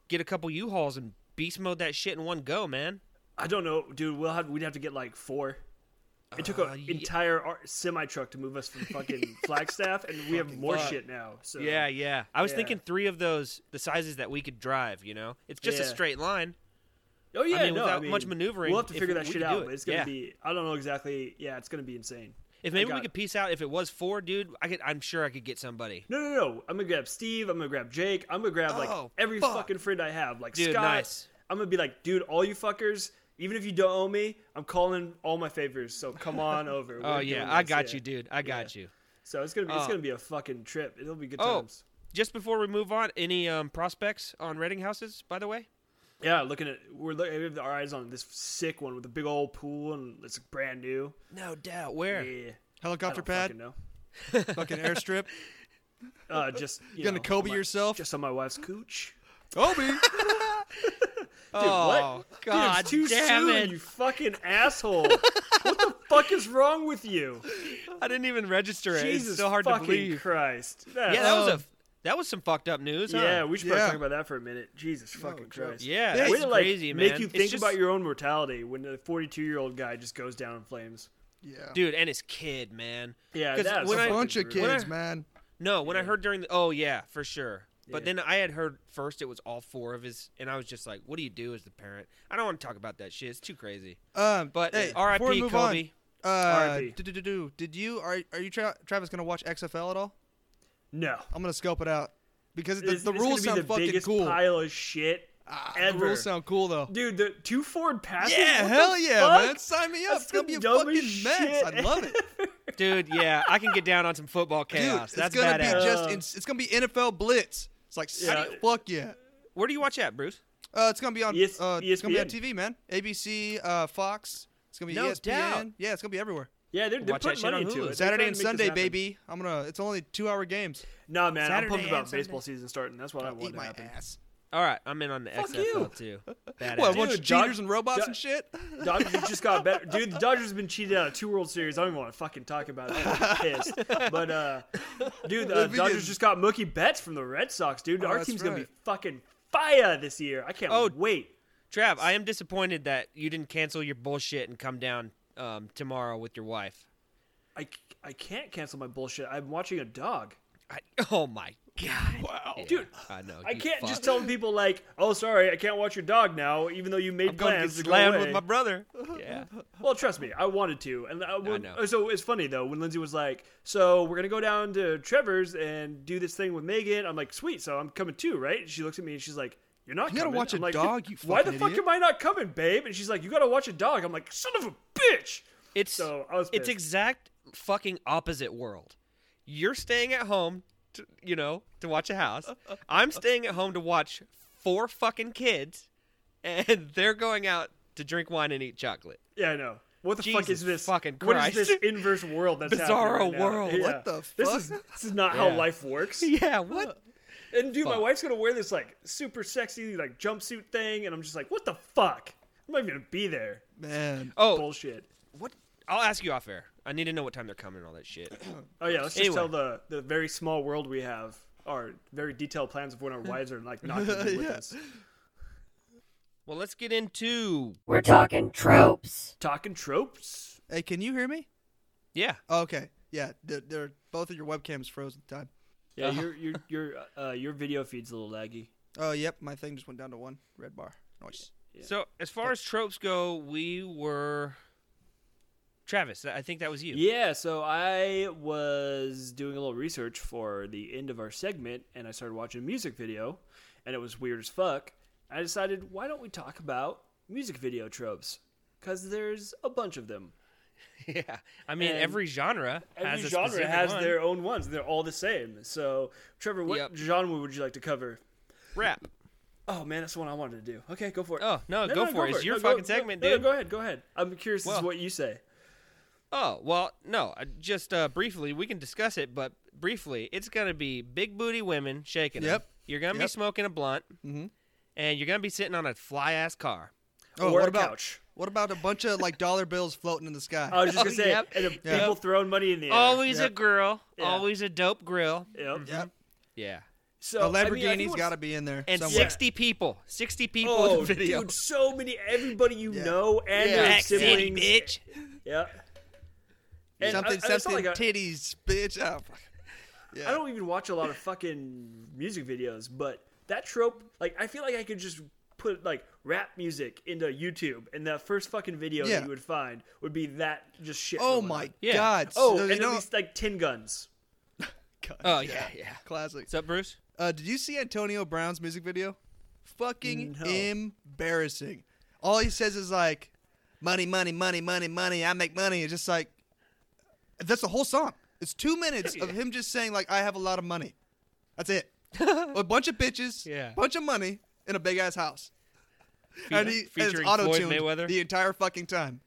[SPEAKER 1] get a couple U-Hauls and beast mode that shit in one go, man.
[SPEAKER 2] I don't know, dude. We'll have we'd have to get like four. It took an
[SPEAKER 1] Uh, yeah.
[SPEAKER 2] entire semi truck to move us from fucking Flagstaff, and we have more
[SPEAKER 1] fuck.
[SPEAKER 2] shit now. So
[SPEAKER 1] Yeah, yeah. I was
[SPEAKER 2] Yeah.
[SPEAKER 1] thinking three of those, the sizes that we could drive. You know, it's just a
[SPEAKER 2] Yeah.
[SPEAKER 1] straight line.
[SPEAKER 2] Oh yeah,
[SPEAKER 1] mean,
[SPEAKER 2] no,
[SPEAKER 1] without much maneuvering,
[SPEAKER 2] We'll have to
[SPEAKER 1] if
[SPEAKER 2] figure
[SPEAKER 1] we-
[SPEAKER 2] that
[SPEAKER 1] we
[SPEAKER 2] shit
[SPEAKER 1] could do
[SPEAKER 2] out.
[SPEAKER 1] it.
[SPEAKER 2] But it's gonna
[SPEAKER 1] Yeah.
[SPEAKER 2] be. I don't know exactly. Yeah, it's gonna be insane.
[SPEAKER 1] If maybe we
[SPEAKER 2] got-
[SPEAKER 1] could piece out if it was four, dude, I could. I'm sure I could get somebody.
[SPEAKER 2] No, no, no. I'm gonna grab Steve. I'm gonna grab Jake. I'm gonna grab like
[SPEAKER 3] Oh,
[SPEAKER 2] every
[SPEAKER 3] fuck.
[SPEAKER 2] fucking friend I have. Like
[SPEAKER 1] Dude,
[SPEAKER 2] Scott.
[SPEAKER 1] nice.
[SPEAKER 2] I'm gonna be like, dude, all you fuckers. Even if you don't owe me, I'm calling all my favors. So come on over. We're
[SPEAKER 1] Oh
[SPEAKER 2] doing
[SPEAKER 1] yeah, I
[SPEAKER 2] this,
[SPEAKER 1] got
[SPEAKER 2] yeah.
[SPEAKER 1] you, dude. I got you.
[SPEAKER 2] So it's gonna be. It's
[SPEAKER 1] Oh.
[SPEAKER 2] gonna be a fucking trip. It'll be good
[SPEAKER 1] Oh.
[SPEAKER 2] times.
[SPEAKER 1] Just before we move on, any um, prospects on Reading houses, by the way?
[SPEAKER 2] Yeah, looking at we're looking we have our eyes on this sick one with a big old pool and it's brand new.
[SPEAKER 1] No doubt. Where?
[SPEAKER 2] Yeah, I
[SPEAKER 3] Helicopter
[SPEAKER 2] don't
[SPEAKER 3] pad,
[SPEAKER 2] fucking know.
[SPEAKER 3] fucking airstrip.
[SPEAKER 2] Uh, just you
[SPEAKER 3] gonna
[SPEAKER 2] know,
[SPEAKER 3] Kobe
[SPEAKER 2] my-
[SPEAKER 3] yourself?
[SPEAKER 2] Just on my wife's cooch.
[SPEAKER 3] Kobe.
[SPEAKER 1] oh
[SPEAKER 2] what?
[SPEAKER 1] God,
[SPEAKER 2] Dude, it's too
[SPEAKER 1] damn
[SPEAKER 2] soon,
[SPEAKER 1] it!
[SPEAKER 2] you fucking asshole. what the fuck is wrong with you?
[SPEAKER 1] I didn't even register it.
[SPEAKER 2] Jesus
[SPEAKER 1] it's so hard to
[SPEAKER 2] fucking
[SPEAKER 1] believe.
[SPEAKER 2] Christ. oh,
[SPEAKER 1] Yeah, that was
[SPEAKER 3] Um,
[SPEAKER 1] a that was some fucked up news. huh?
[SPEAKER 2] yeah, we should probably
[SPEAKER 3] Yeah.
[SPEAKER 2] talk about that for a minute. Jesus fucking
[SPEAKER 3] joke.
[SPEAKER 2] Christ.
[SPEAKER 1] Yeah,
[SPEAKER 2] Way
[SPEAKER 1] it's
[SPEAKER 2] to, like,
[SPEAKER 1] crazy,
[SPEAKER 2] make
[SPEAKER 1] man.
[SPEAKER 2] you
[SPEAKER 1] It's
[SPEAKER 2] think
[SPEAKER 1] just-
[SPEAKER 2] about your own mortality when the 42 year old guy just goes down in flames.
[SPEAKER 3] yeah.
[SPEAKER 1] dude, and his kid, man.
[SPEAKER 2] Yeah,
[SPEAKER 1] 'Cause
[SPEAKER 2] that's
[SPEAKER 1] when
[SPEAKER 3] a
[SPEAKER 1] I-
[SPEAKER 3] bunch of
[SPEAKER 2] fucking
[SPEAKER 1] when I-
[SPEAKER 3] kids, man.
[SPEAKER 1] No, when I heard during the oh yeah, for sure. But
[SPEAKER 2] Yeah.
[SPEAKER 1] then I had heard first it was all four of his, and I was just like, "What do you do as the parent?" I don't want to talk about that shit. It's too crazy.
[SPEAKER 3] Um,
[SPEAKER 1] But uh,
[SPEAKER 3] hey,
[SPEAKER 1] R.I.P.
[SPEAKER 3] before we move on,
[SPEAKER 1] Kobe.
[SPEAKER 3] Uh,
[SPEAKER 2] R.I.P..
[SPEAKER 3] do, do, do, do. Did you are are you Tra- Travis gonna watch XFL at all?
[SPEAKER 2] No.
[SPEAKER 3] I'm gonna scope it out because the,
[SPEAKER 2] It's-
[SPEAKER 3] the
[SPEAKER 2] it's
[SPEAKER 3] rules
[SPEAKER 2] gonna
[SPEAKER 3] sound
[SPEAKER 2] be the
[SPEAKER 3] fucking
[SPEAKER 2] biggest
[SPEAKER 3] cool.
[SPEAKER 2] pile of shit
[SPEAKER 3] Ah, the
[SPEAKER 2] Ever.
[SPEAKER 3] rules sound cool though.
[SPEAKER 2] Dude, the two forward passes.
[SPEAKER 3] yeah,
[SPEAKER 2] What the
[SPEAKER 3] hell yeah,
[SPEAKER 2] fuck?
[SPEAKER 3] man! Sign me up.
[SPEAKER 2] That's
[SPEAKER 3] it's gonna
[SPEAKER 2] the
[SPEAKER 3] be a
[SPEAKER 2] dumbest
[SPEAKER 3] fucking mess.
[SPEAKER 2] shit
[SPEAKER 3] I love it,
[SPEAKER 1] Dude, yeah, I can get down on some football
[SPEAKER 3] dude.
[SPEAKER 1] chaos. That's
[SPEAKER 3] it's gonna
[SPEAKER 1] badass.
[SPEAKER 3] be just
[SPEAKER 2] Uh,
[SPEAKER 3] it's, it's gonna be NFL blitz. It's like how do
[SPEAKER 2] Yeah.
[SPEAKER 3] you- fuck yeah.
[SPEAKER 1] Where do you watch at, Bruce?
[SPEAKER 3] Uh, it's gonna be on.
[SPEAKER 2] ES-
[SPEAKER 3] uh, it's gonna be on
[SPEAKER 2] ESPN.
[SPEAKER 3] TV, man. ABC, uh, Fox. It's gonna be E
[SPEAKER 1] No
[SPEAKER 3] ESPN.
[SPEAKER 1] doubt.
[SPEAKER 3] Yeah, it's gonna be everywhere.
[SPEAKER 2] Yeah, they're, they're
[SPEAKER 1] Watch that
[SPEAKER 2] putting
[SPEAKER 1] shit on
[SPEAKER 2] money
[SPEAKER 1] Hulu.
[SPEAKER 2] into it. They're
[SPEAKER 3] Saturday
[SPEAKER 2] trying
[SPEAKER 3] and
[SPEAKER 2] to make this
[SPEAKER 3] Sunday,
[SPEAKER 2] happen.
[SPEAKER 3] baby. I'm gonna. It's only two-hour games.
[SPEAKER 2] Nah, man,
[SPEAKER 1] Saturday
[SPEAKER 2] I'm pumped
[SPEAKER 1] and
[SPEAKER 2] about
[SPEAKER 1] Sunday.
[SPEAKER 2] baseball season starting. That's what I want
[SPEAKER 3] Eat
[SPEAKER 2] to
[SPEAKER 3] my
[SPEAKER 2] happen.
[SPEAKER 3] ass.
[SPEAKER 1] All right, I'm in on the
[SPEAKER 2] Fuck
[SPEAKER 1] XFL
[SPEAKER 2] you.
[SPEAKER 1] too.
[SPEAKER 3] What?
[SPEAKER 1] Badass.
[SPEAKER 3] A bunch of
[SPEAKER 2] Dude, Doc-
[SPEAKER 3] cheaters and robots
[SPEAKER 2] Doc-
[SPEAKER 3] and shit.
[SPEAKER 2] Dodgers just got better, dude. The Dodgers have been cheated out of two World Series. I don't even want to fucking talk about it. I'm pissed. But uh, dude, uh,
[SPEAKER 3] We
[SPEAKER 2] Dodgers
[SPEAKER 3] did-
[SPEAKER 2] just got Mookie Betts from the Red Sox, dude.
[SPEAKER 3] Oh,
[SPEAKER 2] Our
[SPEAKER 3] that's
[SPEAKER 2] team's gonna be
[SPEAKER 3] right.
[SPEAKER 2] fucking fire this year. I can't
[SPEAKER 1] Oh.
[SPEAKER 2] wait.
[SPEAKER 1] Trav, I am disappointed that you didn't cancel your bullshit and come down um, tomorrow with your wife.
[SPEAKER 2] I, I can't cancel my bullshit. I'm watching a dog,
[SPEAKER 1] I, oh my god,
[SPEAKER 3] Wow.
[SPEAKER 2] dude.
[SPEAKER 1] I know.
[SPEAKER 2] I
[SPEAKER 1] you
[SPEAKER 2] can't just
[SPEAKER 1] fuck.
[SPEAKER 2] tell people like, "Oh, sorry, I can't watch your dog now," even though you made
[SPEAKER 3] I'm gonna get
[SPEAKER 2] plans to go
[SPEAKER 3] slammed
[SPEAKER 2] away.
[SPEAKER 3] with my brother.
[SPEAKER 1] Yeah.
[SPEAKER 2] Well, trust me, I wanted to, and I, when, uh,
[SPEAKER 1] know.
[SPEAKER 2] so it's funny though when Lindsay was like, "So we're gonna go down to Trevor's and do this thing with Megan." I'm like, "Sweet," so I'm coming too, right? She looks at me and she's like, "You're not
[SPEAKER 3] You gotta
[SPEAKER 2] coming."
[SPEAKER 3] watch a
[SPEAKER 2] I'm like,
[SPEAKER 3] dog, you
[SPEAKER 2] Why the
[SPEAKER 3] fucking
[SPEAKER 2] fuck
[SPEAKER 3] idiot."
[SPEAKER 2] am I not coming, babe? And she's like, "You gotta watch a dog." I'm like, "Son of a bitch!"
[SPEAKER 1] It's
[SPEAKER 2] So I was
[SPEAKER 1] it's
[SPEAKER 2] pissed.
[SPEAKER 1] exact fucking opposite world. You're staying at home, to, you know, to watch a house. I'm staying at home to watch four fucking kids, and they're going out to drink wine and eat chocolate.
[SPEAKER 2] yeah, I know. What the fuck
[SPEAKER 1] Jesus
[SPEAKER 2] is this?
[SPEAKER 1] fucking
[SPEAKER 2] What is this
[SPEAKER 1] Christ.
[SPEAKER 2] inverse world that's happening
[SPEAKER 1] Bizarro
[SPEAKER 2] right now?
[SPEAKER 1] world.
[SPEAKER 2] Yeah.
[SPEAKER 3] What the
[SPEAKER 2] This
[SPEAKER 3] fuck?
[SPEAKER 2] is this is not how
[SPEAKER 1] Yeah.
[SPEAKER 2] life works.
[SPEAKER 1] Yeah, what?
[SPEAKER 2] And dude, my
[SPEAKER 1] Fuck.
[SPEAKER 2] wife's gonna wear this like super sexy like jumpsuit thing, and I'm just like, "What the fuck?" I'm not even gonna be there.
[SPEAKER 3] Man,
[SPEAKER 1] Oh,
[SPEAKER 2] Bullshit.
[SPEAKER 1] what? I'll ask you off air. I need to know what time they're coming and all that shit.
[SPEAKER 2] Oh yeah, let's just
[SPEAKER 1] Anyway.
[SPEAKER 2] tell the the very small world we have our very detailed plans of when our wives are like not going to be with
[SPEAKER 3] Yeah.
[SPEAKER 2] us.
[SPEAKER 1] Well, let's get into
[SPEAKER 4] We're talking tropes.
[SPEAKER 2] Talking tropes.
[SPEAKER 3] hey, can you hear me?
[SPEAKER 1] yeah.
[SPEAKER 3] Oh, okay, yeah. They're, they're both of your webcams froze at the time.
[SPEAKER 2] Yeah,
[SPEAKER 1] Uh-huh.
[SPEAKER 2] your your your uh, your video feed's a little laggy.
[SPEAKER 3] Oh, yep. My thing just went down to one red bar. Nice.
[SPEAKER 1] So as far as tropes go, we were Travis. I think that was you.
[SPEAKER 2] Yeah, so I was doing a little research for the end of our segment, and I started watching a music video, and it was weird as fuck. I decided, why don't we talk about music video tropes? Because there's a bunch of them.
[SPEAKER 1] Yeah. I mean,
[SPEAKER 2] And
[SPEAKER 1] every genre has
[SPEAKER 2] Every
[SPEAKER 1] a
[SPEAKER 2] genre
[SPEAKER 1] specific
[SPEAKER 2] has
[SPEAKER 1] one.
[SPEAKER 2] their own ones. They're all the same. So, Trevor, what
[SPEAKER 1] Yep.
[SPEAKER 2] genre would you like to cover?
[SPEAKER 1] rap.
[SPEAKER 2] Oh man, that's the one I wanted to do. Okay, go for it.
[SPEAKER 1] Oh, no, go for it. It's your fucking segment,
[SPEAKER 2] no,
[SPEAKER 1] dude.
[SPEAKER 2] go ahead, go ahead. I'm curious as
[SPEAKER 1] Well-
[SPEAKER 2] to what you say.
[SPEAKER 1] Oh well, no. I- Just uh, briefly, we can discuss it, but briefly, it's gonna be big booty women shaking. 'em.
[SPEAKER 3] Yep.
[SPEAKER 1] You're gonna be
[SPEAKER 3] Yep.
[SPEAKER 1] smoking a blunt,
[SPEAKER 2] Mm-hmm.
[SPEAKER 1] and you're gonna be sitting on a fly ass car.
[SPEAKER 3] Oh,
[SPEAKER 2] or
[SPEAKER 3] what
[SPEAKER 2] a
[SPEAKER 3] about
[SPEAKER 2] couch.
[SPEAKER 3] what about a bunch of like dollar bills floating in the sky?
[SPEAKER 2] I was just gonna
[SPEAKER 1] Oh,
[SPEAKER 2] say,
[SPEAKER 1] yep.
[SPEAKER 2] and if
[SPEAKER 3] Yep.
[SPEAKER 2] people throwing money in the air.
[SPEAKER 1] Always a
[SPEAKER 3] Yep.
[SPEAKER 1] girl.
[SPEAKER 2] Yeah.
[SPEAKER 1] Always a dope grill.
[SPEAKER 2] Yep.
[SPEAKER 3] yep.
[SPEAKER 1] Yeah.
[SPEAKER 2] So
[SPEAKER 3] a
[SPEAKER 2] I mean, I
[SPEAKER 3] Lamborghini's
[SPEAKER 2] think what's-
[SPEAKER 3] got to be in there.
[SPEAKER 1] And
[SPEAKER 3] somewhere.
[SPEAKER 1] sixty people. Sixty people in
[SPEAKER 2] Oh,
[SPEAKER 1] the video.
[SPEAKER 2] dude, so many everybody you
[SPEAKER 3] Yeah.
[SPEAKER 2] know and
[SPEAKER 3] Yeah.
[SPEAKER 2] their
[SPEAKER 1] Back city,
[SPEAKER 2] siblings.
[SPEAKER 1] bitch.
[SPEAKER 2] Yeah. And I- I-
[SPEAKER 3] something,
[SPEAKER 2] it's not
[SPEAKER 3] something,
[SPEAKER 2] like I-
[SPEAKER 3] titties, bitch. Oh, fuck. yeah.
[SPEAKER 2] I don't even watch a lot of fucking music videos, but that trope, like, I feel like I could just put like rap music into YouTube, and the first fucking video
[SPEAKER 3] Yeah.
[SPEAKER 2] that you would find would be that just shit.
[SPEAKER 3] oh
[SPEAKER 2] going
[SPEAKER 3] my
[SPEAKER 2] on.
[SPEAKER 1] Yeah.
[SPEAKER 3] god.
[SPEAKER 2] Oh,
[SPEAKER 3] so,
[SPEAKER 2] and
[SPEAKER 3] you
[SPEAKER 2] at
[SPEAKER 3] know,
[SPEAKER 2] least like ten guns.
[SPEAKER 3] God,
[SPEAKER 1] Oh yeah, yeah.
[SPEAKER 3] classic.
[SPEAKER 1] What's up, Bruce?
[SPEAKER 3] Uh, did you see Antonio Brown's music video? Fucking
[SPEAKER 1] Mm,
[SPEAKER 2] No.
[SPEAKER 3] embarrassing. All he says is like, "Money, money, money, money, money. I make money." It's just like, that's the whole song. It's two minutes of him just saying like, "I have a lot of money." That's it. a bunch of bitches,
[SPEAKER 1] Yeah.
[SPEAKER 3] bunch of money in a big ass house, and he and it's
[SPEAKER 1] featuring
[SPEAKER 3] auto
[SPEAKER 1] Floyd
[SPEAKER 3] tuned
[SPEAKER 1] Mayweather.
[SPEAKER 3] the entire fucking time.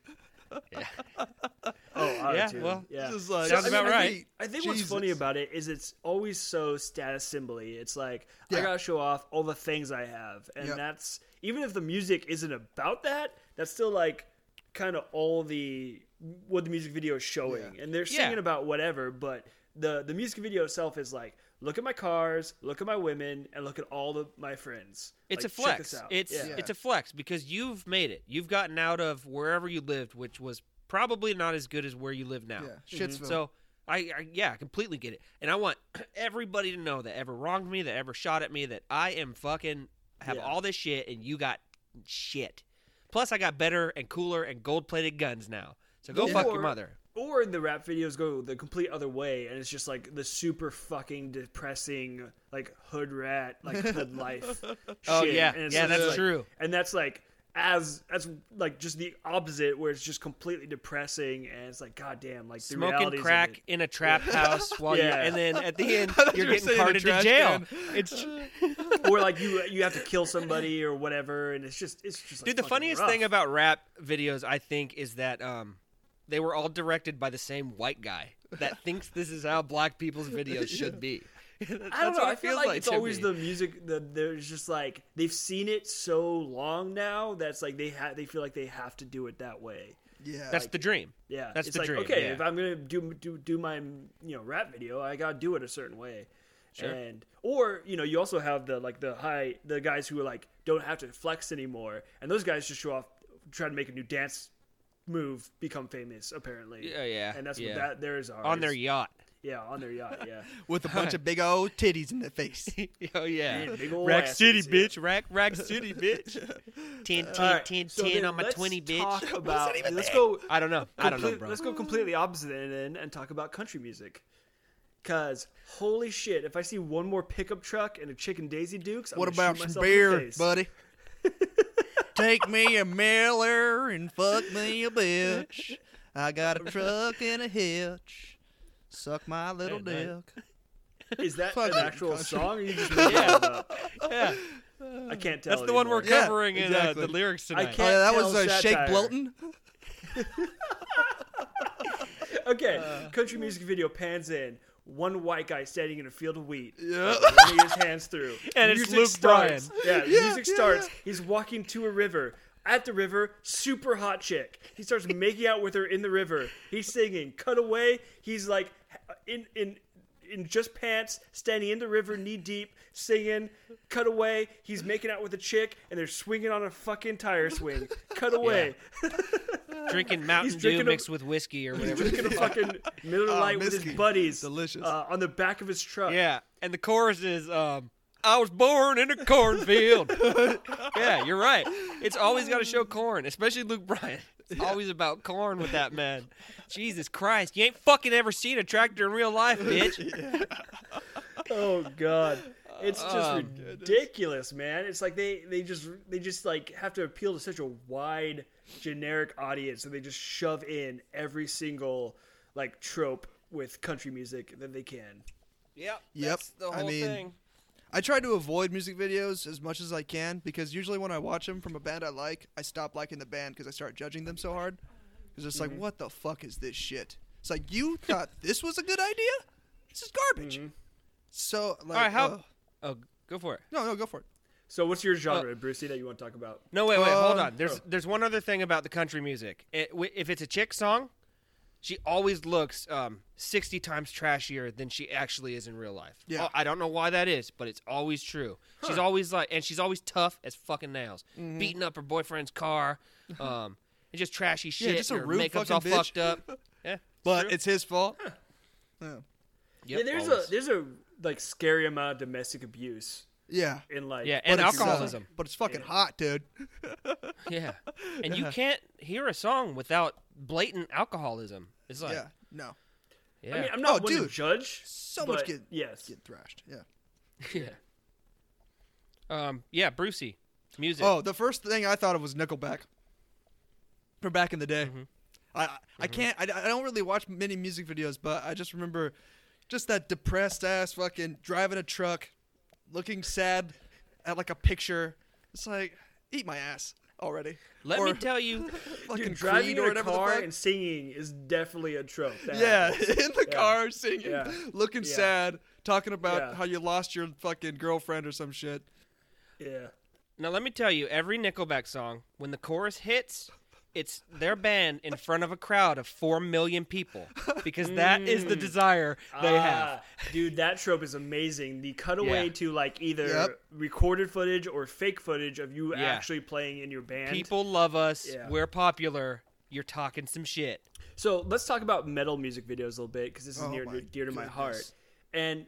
[SPEAKER 2] Oh, yeah.
[SPEAKER 1] well,
[SPEAKER 2] yeah.
[SPEAKER 3] It's just like,
[SPEAKER 1] Sounds
[SPEAKER 2] I
[SPEAKER 1] about
[SPEAKER 2] I
[SPEAKER 1] right.
[SPEAKER 2] think- I think what's
[SPEAKER 3] Jesus.
[SPEAKER 2] funny about it is it's always so status symbol-y. It's like I
[SPEAKER 3] Yeah.
[SPEAKER 2] gotta show off all the things I have, and
[SPEAKER 3] Yep.
[SPEAKER 2] that's even if the music isn't about that, that's still like kind of all the what the music video is showing, and they're
[SPEAKER 1] Yeah.
[SPEAKER 2] singing about whatever, but the the music video itself is like. Look at my cars, look at my women, and look at all the my friends.
[SPEAKER 1] It's
[SPEAKER 2] Like,
[SPEAKER 1] a
[SPEAKER 2] check this
[SPEAKER 1] flex.
[SPEAKER 2] out.
[SPEAKER 1] It's
[SPEAKER 2] Yeah.
[SPEAKER 1] it's a flex because you've made it. You've gotten out of wherever you lived, which was probably not as good as where you live now.
[SPEAKER 3] Yeah, Shitsville.
[SPEAKER 1] So I, I yeah, I completely get it. And I want everybody to know that ever wronged me, that ever shot at me, that I am fucking have
[SPEAKER 2] Yeah.
[SPEAKER 1] all this shit and you got shit. Plus I got better and cooler and gold plated guns now. So go fuck your
[SPEAKER 2] Or-
[SPEAKER 1] mother.
[SPEAKER 2] or the rap videos go the complete other way and it's just like the super fucking depressing like hood rat like hood life
[SPEAKER 1] Oh,
[SPEAKER 2] shit.
[SPEAKER 1] yeah.
[SPEAKER 2] And it's
[SPEAKER 1] Yeah,
[SPEAKER 2] just,
[SPEAKER 1] that's
[SPEAKER 2] like-
[SPEAKER 1] true.
[SPEAKER 2] and that's like as that's like just the opposite where it's just completely depressing and it's like goddamn like the realities
[SPEAKER 1] Smoking
[SPEAKER 2] of
[SPEAKER 1] crack
[SPEAKER 2] it.
[SPEAKER 1] in a trap house while
[SPEAKER 2] Yeah.
[SPEAKER 1] you're, and then at the end
[SPEAKER 3] thought you
[SPEAKER 1] you're
[SPEAKER 3] were
[SPEAKER 1] getting
[SPEAKER 3] saying a
[SPEAKER 1] carted to
[SPEAKER 3] trash
[SPEAKER 1] jail.
[SPEAKER 3] can.
[SPEAKER 1] It's
[SPEAKER 2] or like you you have to kill somebody or whatever and it's just it's just like,
[SPEAKER 1] dude. The
[SPEAKER 2] fucking
[SPEAKER 1] funniest
[SPEAKER 2] rough.
[SPEAKER 1] thing about rap videos, I think, is that um, they were all directed by the same white guy that thinks this is how black people's videos should be.
[SPEAKER 2] I don't
[SPEAKER 1] That's what
[SPEAKER 2] know. I
[SPEAKER 1] it
[SPEAKER 2] feel
[SPEAKER 1] feels
[SPEAKER 2] like,
[SPEAKER 1] like
[SPEAKER 2] it's
[SPEAKER 1] to
[SPEAKER 2] always
[SPEAKER 1] me.
[SPEAKER 2] the music. The, there's just like they've seen it so long now that's like they ha- they feel like they have to do it that way.
[SPEAKER 3] Yeah.
[SPEAKER 1] That's the dream.
[SPEAKER 2] Yeah,
[SPEAKER 1] That's
[SPEAKER 2] it's
[SPEAKER 1] the
[SPEAKER 2] like
[SPEAKER 1] dream,
[SPEAKER 2] okay,
[SPEAKER 1] yeah.
[SPEAKER 2] if I'm gonna do do do my you know rap video, I gotta do it a certain way.
[SPEAKER 1] Sure.
[SPEAKER 2] And or you know you also have the like the high the guys who are like don't have to flex anymore, and those guys just show off, try to make a new dance move, become famous apparently.
[SPEAKER 1] Yeah, yeah,
[SPEAKER 2] And that's
[SPEAKER 1] yeah.
[SPEAKER 2] what that there's
[SPEAKER 1] on their yacht.
[SPEAKER 2] yeah on their yacht yeah.
[SPEAKER 3] with a bunch of big old titties in the face.
[SPEAKER 1] oh yeah,
[SPEAKER 2] And big ol'
[SPEAKER 1] rack
[SPEAKER 2] asses,
[SPEAKER 1] city,
[SPEAKER 2] yeah.
[SPEAKER 1] bitch. Rack, rack city, bitch. Ten, ten,
[SPEAKER 2] All right,
[SPEAKER 1] ten,
[SPEAKER 2] so
[SPEAKER 1] ten
[SPEAKER 2] then
[SPEAKER 1] on my
[SPEAKER 2] let's
[SPEAKER 1] twenty, bitch.
[SPEAKER 2] talk
[SPEAKER 1] What does
[SPEAKER 2] about-
[SPEAKER 1] that even
[SPEAKER 2] let's
[SPEAKER 1] mean?
[SPEAKER 2] go
[SPEAKER 1] I don't know. I don't know,
[SPEAKER 2] Complete-
[SPEAKER 1] bro.
[SPEAKER 2] Let's go completely opposite and, and talk about country music. Cause holy shit, if I see one more pickup truck and a chicken Daisy Dukes, I'm
[SPEAKER 3] What
[SPEAKER 2] gonna
[SPEAKER 3] about
[SPEAKER 2] shoot
[SPEAKER 3] some
[SPEAKER 2] myself in the
[SPEAKER 3] beer,
[SPEAKER 2] face.
[SPEAKER 3] buddy? Take me a Miller and fuck me a bitch. I got a truck and a hitch. Suck my little
[SPEAKER 1] Hey, nice.
[SPEAKER 3] dick.
[SPEAKER 2] Is that
[SPEAKER 3] Fuck
[SPEAKER 2] an
[SPEAKER 3] it,
[SPEAKER 2] actual
[SPEAKER 3] country.
[SPEAKER 2] song? Or you just made that up?
[SPEAKER 1] Yeah,
[SPEAKER 2] I can't tell.
[SPEAKER 1] that's the one we're
[SPEAKER 2] anymore.
[SPEAKER 3] Yeah,
[SPEAKER 1] covering in
[SPEAKER 3] exactly.
[SPEAKER 1] uh, the lyrics tonight.
[SPEAKER 2] can't-
[SPEAKER 3] Oh, yeah, that
[SPEAKER 2] tell
[SPEAKER 3] was uh, Shake
[SPEAKER 2] satire.
[SPEAKER 3] Blilton.
[SPEAKER 2] Okay,
[SPEAKER 1] Uh.
[SPEAKER 2] country music video pans in. One white guy standing in a field of wheat.
[SPEAKER 3] Yeah.
[SPEAKER 2] running his hands through,
[SPEAKER 1] And it's
[SPEAKER 2] music
[SPEAKER 1] Luke
[SPEAKER 2] starts.
[SPEAKER 1] Bryan.
[SPEAKER 2] Yeah,
[SPEAKER 3] Yeah,
[SPEAKER 2] music
[SPEAKER 3] yeah,
[SPEAKER 2] starts.
[SPEAKER 3] yeah.
[SPEAKER 2] He's walking to a river. At the river, super hot chick. He starts making out with her in the river. He's singing. Cut away. He's like in in in just pants, standing in the river, knee deep, singing. Cut away. He's making out with a chick, and they're swinging on a fucking tire swing. Cut away.
[SPEAKER 1] drinking Mountain Dew
[SPEAKER 2] drinking a-
[SPEAKER 1] mixed with whiskey or whatever. Ah,
[SPEAKER 2] Drinking a fucking Miller
[SPEAKER 3] Oh,
[SPEAKER 2] Lite with his
[SPEAKER 3] whiskey.
[SPEAKER 2] buddies.
[SPEAKER 3] Delicious.
[SPEAKER 2] Uh, on the back of his truck.
[SPEAKER 1] yeah, and the chorus is, um, "I was born in a cornfield." yeah, you're right. It's always got to show corn, especially Luke Bryan. It's always about corn with that man. Jesus Christ, you ain't fucking ever seen a tractor in real life, bitch.
[SPEAKER 2] Oh god. It's just
[SPEAKER 1] Oh,
[SPEAKER 2] ridiculous, man. It's like they they just they just like have to appeal to such a wide generic audience and they just shove in every single like trope with country music that they can.
[SPEAKER 1] Yep.
[SPEAKER 3] Yep,
[SPEAKER 1] That's the
[SPEAKER 3] I
[SPEAKER 1] whole
[SPEAKER 3] mean-
[SPEAKER 1] thing.
[SPEAKER 3] I try to avoid music videos as much as I can because usually when I watch them from a band I like, I stop liking the band because I start judging them so hard. It's just
[SPEAKER 1] Mm-hmm.
[SPEAKER 3] like, what the fuck is this shit? It's like you thought this was a good idea. This is garbage. So like,
[SPEAKER 1] Mm-hmm. All right, how?
[SPEAKER 3] uh,
[SPEAKER 1] oh, go for it.
[SPEAKER 3] no, no, go for it.
[SPEAKER 2] So what's your genre,
[SPEAKER 1] Uh,
[SPEAKER 2] Brucey, that you want to talk about?
[SPEAKER 1] No, wait, wait, hold
[SPEAKER 3] Um,
[SPEAKER 1] on. There's there's one other thing about the country music. It, w- if it's a chick song, she always looks um, sixty times trashier than she actually is in real life.
[SPEAKER 3] Yeah.
[SPEAKER 1] Oh, I don't know why that is, but it's always true. She's always like, and she's always tough as fucking nails,
[SPEAKER 3] Mm-hmm.
[SPEAKER 1] beating up her boyfriend's car, um, and just trashy shit.
[SPEAKER 3] just a
[SPEAKER 1] and her
[SPEAKER 3] rude
[SPEAKER 1] makeup's
[SPEAKER 3] fucking
[SPEAKER 1] all
[SPEAKER 3] bitch.
[SPEAKER 1] fucked up. Yeah,
[SPEAKER 3] But it's his fault.
[SPEAKER 1] yep,
[SPEAKER 2] yeah, there's
[SPEAKER 1] always.
[SPEAKER 2] a there's a like scary amount of domestic abuse
[SPEAKER 3] Yeah.
[SPEAKER 2] in like
[SPEAKER 1] yeah, and
[SPEAKER 3] But it's, uh,
[SPEAKER 1] alcoholism.
[SPEAKER 3] but it's fucking hot, dude.
[SPEAKER 1] Yeah, and you can't hear a song without blatant alcoholism. It's like,
[SPEAKER 3] yeah. No.
[SPEAKER 1] yeah.
[SPEAKER 2] I mean, I'm not
[SPEAKER 3] Oh,
[SPEAKER 2] one to
[SPEAKER 3] dude.
[SPEAKER 2] judge.
[SPEAKER 3] So
[SPEAKER 2] but
[SPEAKER 3] much get
[SPEAKER 2] yes.
[SPEAKER 3] get thrashed. Yeah.
[SPEAKER 1] Yeah. Um. Yeah, Brucey, music.
[SPEAKER 3] Oh, the first thing I thought of was Nickelback. From back in the day, I I, I can't. I, I don't really watch many music videos, but I just remember just that depressed ass fucking driving a truck, looking sad at like a picture. It's like eat my ass already.
[SPEAKER 1] Let me
[SPEAKER 3] Or
[SPEAKER 1] tell you.
[SPEAKER 3] fucking
[SPEAKER 2] Dude, driving
[SPEAKER 3] Creed
[SPEAKER 2] in
[SPEAKER 3] or
[SPEAKER 2] a
[SPEAKER 3] whatever the
[SPEAKER 2] car
[SPEAKER 3] fuck.
[SPEAKER 2] and singing is definitely a trope. That
[SPEAKER 3] yeah,
[SPEAKER 2] happens.
[SPEAKER 3] in the
[SPEAKER 2] Yeah.
[SPEAKER 3] car singing,
[SPEAKER 2] Yeah.
[SPEAKER 3] looking
[SPEAKER 2] Yeah.
[SPEAKER 3] sad, talking about
[SPEAKER 2] Yeah.
[SPEAKER 3] how you lost your fucking girlfriend or some shit.
[SPEAKER 2] yeah.
[SPEAKER 1] Now let me tell you. Every Nickelback song, when the chorus hits, it's their band in front of a crowd of four million people because that is the desire they have.
[SPEAKER 2] Hmm. Ah, Dude, that trope is amazing. The cutaway
[SPEAKER 1] Yeah.
[SPEAKER 2] to like either
[SPEAKER 3] Yep.
[SPEAKER 2] recorded footage or fake footage of you
[SPEAKER 1] Yeah.
[SPEAKER 2] actually playing in your band.
[SPEAKER 1] People love us.
[SPEAKER 2] Yeah.
[SPEAKER 1] We're popular. You're talking some shit.
[SPEAKER 2] So let's talk about metal music videos a little bit because this is
[SPEAKER 3] Oh
[SPEAKER 2] near
[SPEAKER 3] my
[SPEAKER 2] dear to my heart.
[SPEAKER 3] goodness.
[SPEAKER 2] And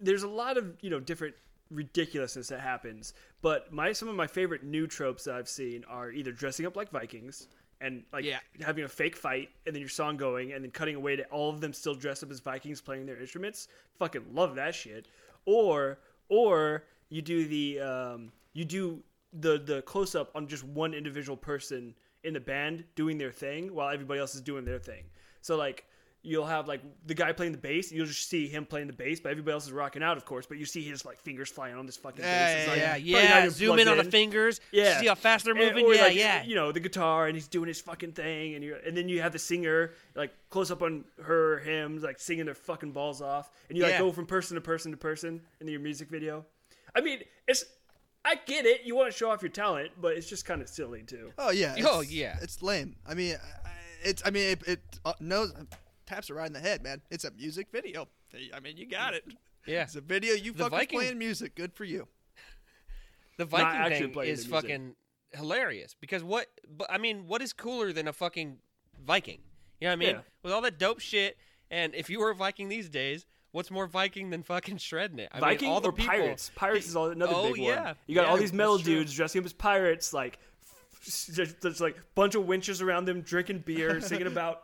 [SPEAKER 2] there's a lot of you know different ridiculousness that happens. But my some of my favorite new tropes that I've seen are either dressing up like Vikings and like
[SPEAKER 1] Yeah.
[SPEAKER 2] having a fake fight and then your song going and then cutting away to all of them still dressed up as Vikings playing their instruments. Fucking love that shit. Or or you do the um, you do the the close up on just one individual person in the band doing their thing while everybody else is doing their thing. So like you'll have like the guy playing the bass, you'll just see him playing the bass, but everybody else is rocking out, of course. But you see his like fingers flying on this fucking bass. It's,
[SPEAKER 3] yeah,
[SPEAKER 2] like,
[SPEAKER 1] yeah,
[SPEAKER 2] probably not
[SPEAKER 1] yeah.
[SPEAKER 2] even
[SPEAKER 1] Zoom in,
[SPEAKER 2] plugged
[SPEAKER 1] on the fingers.
[SPEAKER 2] Yeah.
[SPEAKER 1] See how fast they're
[SPEAKER 2] and-
[SPEAKER 1] moving.
[SPEAKER 2] or,
[SPEAKER 1] yeah,
[SPEAKER 2] like,
[SPEAKER 1] yeah.
[SPEAKER 2] You know, the guitar and he's doing his fucking thing, and you are and then you have the singer like close up on her, or him, like singing their fucking balls off, and you like
[SPEAKER 1] Yeah.
[SPEAKER 2] go from person to person to person in your music video. I mean, it's I get it. You want to show off your talent, but it's just kind of silly too.
[SPEAKER 3] Oh yeah.
[SPEAKER 1] Oh,
[SPEAKER 3] it's-
[SPEAKER 1] yeah.
[SPEAKER 3] It's lame. I mean, I- I- it's. I mean, it, it uh, knows taps it right in the head, man. It's a music video. I mean, you got it.
[SPEAKER 1] yeah.
[SPEAKER 3] It's a video. You fucking
[SPEAKER 1] Viking-
[SPEAKER 3] playing music. Good for you.
[SPEAKER 1] The Viking
[SPEAKER 2] actually
[SPEAKER 1] thing
[SPEAKER 2] playing
[SPEAKER 1] is
[SPEAKER 2] the music.
[SPEAKER 1] fucking hilarious because what? But I mean, what is cooler than a fucking Viking? You know what I mean?
[SPEAKER 2] Yeah.
[SPEAKER 1] With all that dope shit, and if you were a Viking these days, what's more Viking than fucking shredding it? I
[SPEAKER 2] Viking
[SPEAKER 1] mean, all the
[SPEAKER 2] or
[SPEAKER 1] people,
[SPEAKER 2] pirates? Pirates is all, another
[SPEAKER 1] Oh,
[SPEAKER 2] big
[SPEAKER 1] yeah.
[SPEAKER 2] one. You got all
[SPEAKER 1] Yeah,
[SPEAKER 2] these metal
[SPEAKER 1] that's true.
[SPEAKER 2] dudes dressing up as pirates, like just, just like bunch of winches around them, drinking beer, singing about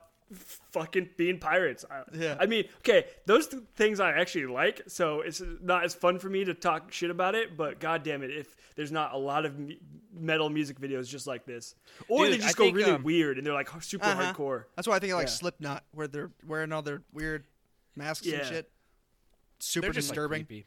[SPEAKER 2] fucking being pirates. I,
[SPEAKER 3] Yeah.
[SPEAKER 2] I mean, okay, those th- things I actually like, so it's not as fun for me to talk shit about it. But goddamn it, if there's not a lot of me- metal music videos just like this, or
[SPEAKER 1] Dude,
[SPEAKER 2] they just
[SPEAKER 1] I
[SPEAKER 2] go
[SPEAKER 1] think,
[SPEAKER 2] really
[SPEAKER 1] um,
[SPEAKER 2] weird and they're like super
[SPEAKER 3] Uh-huh.
[SPEAKER 2] hardcore.
[SPEAKER 3] That's why I think I like
[SPEAKER 2] Yeah.
[SPEAKER 3] Slipknot, where they're wearing all their weird masks and
[SPEAKER 2] Yeah.
[SPEAKER 3] shit. Super
[SPEAKER 1] They're just like,
[SPEAKER 3] disturbing.
[SPEAKER 1] creepy.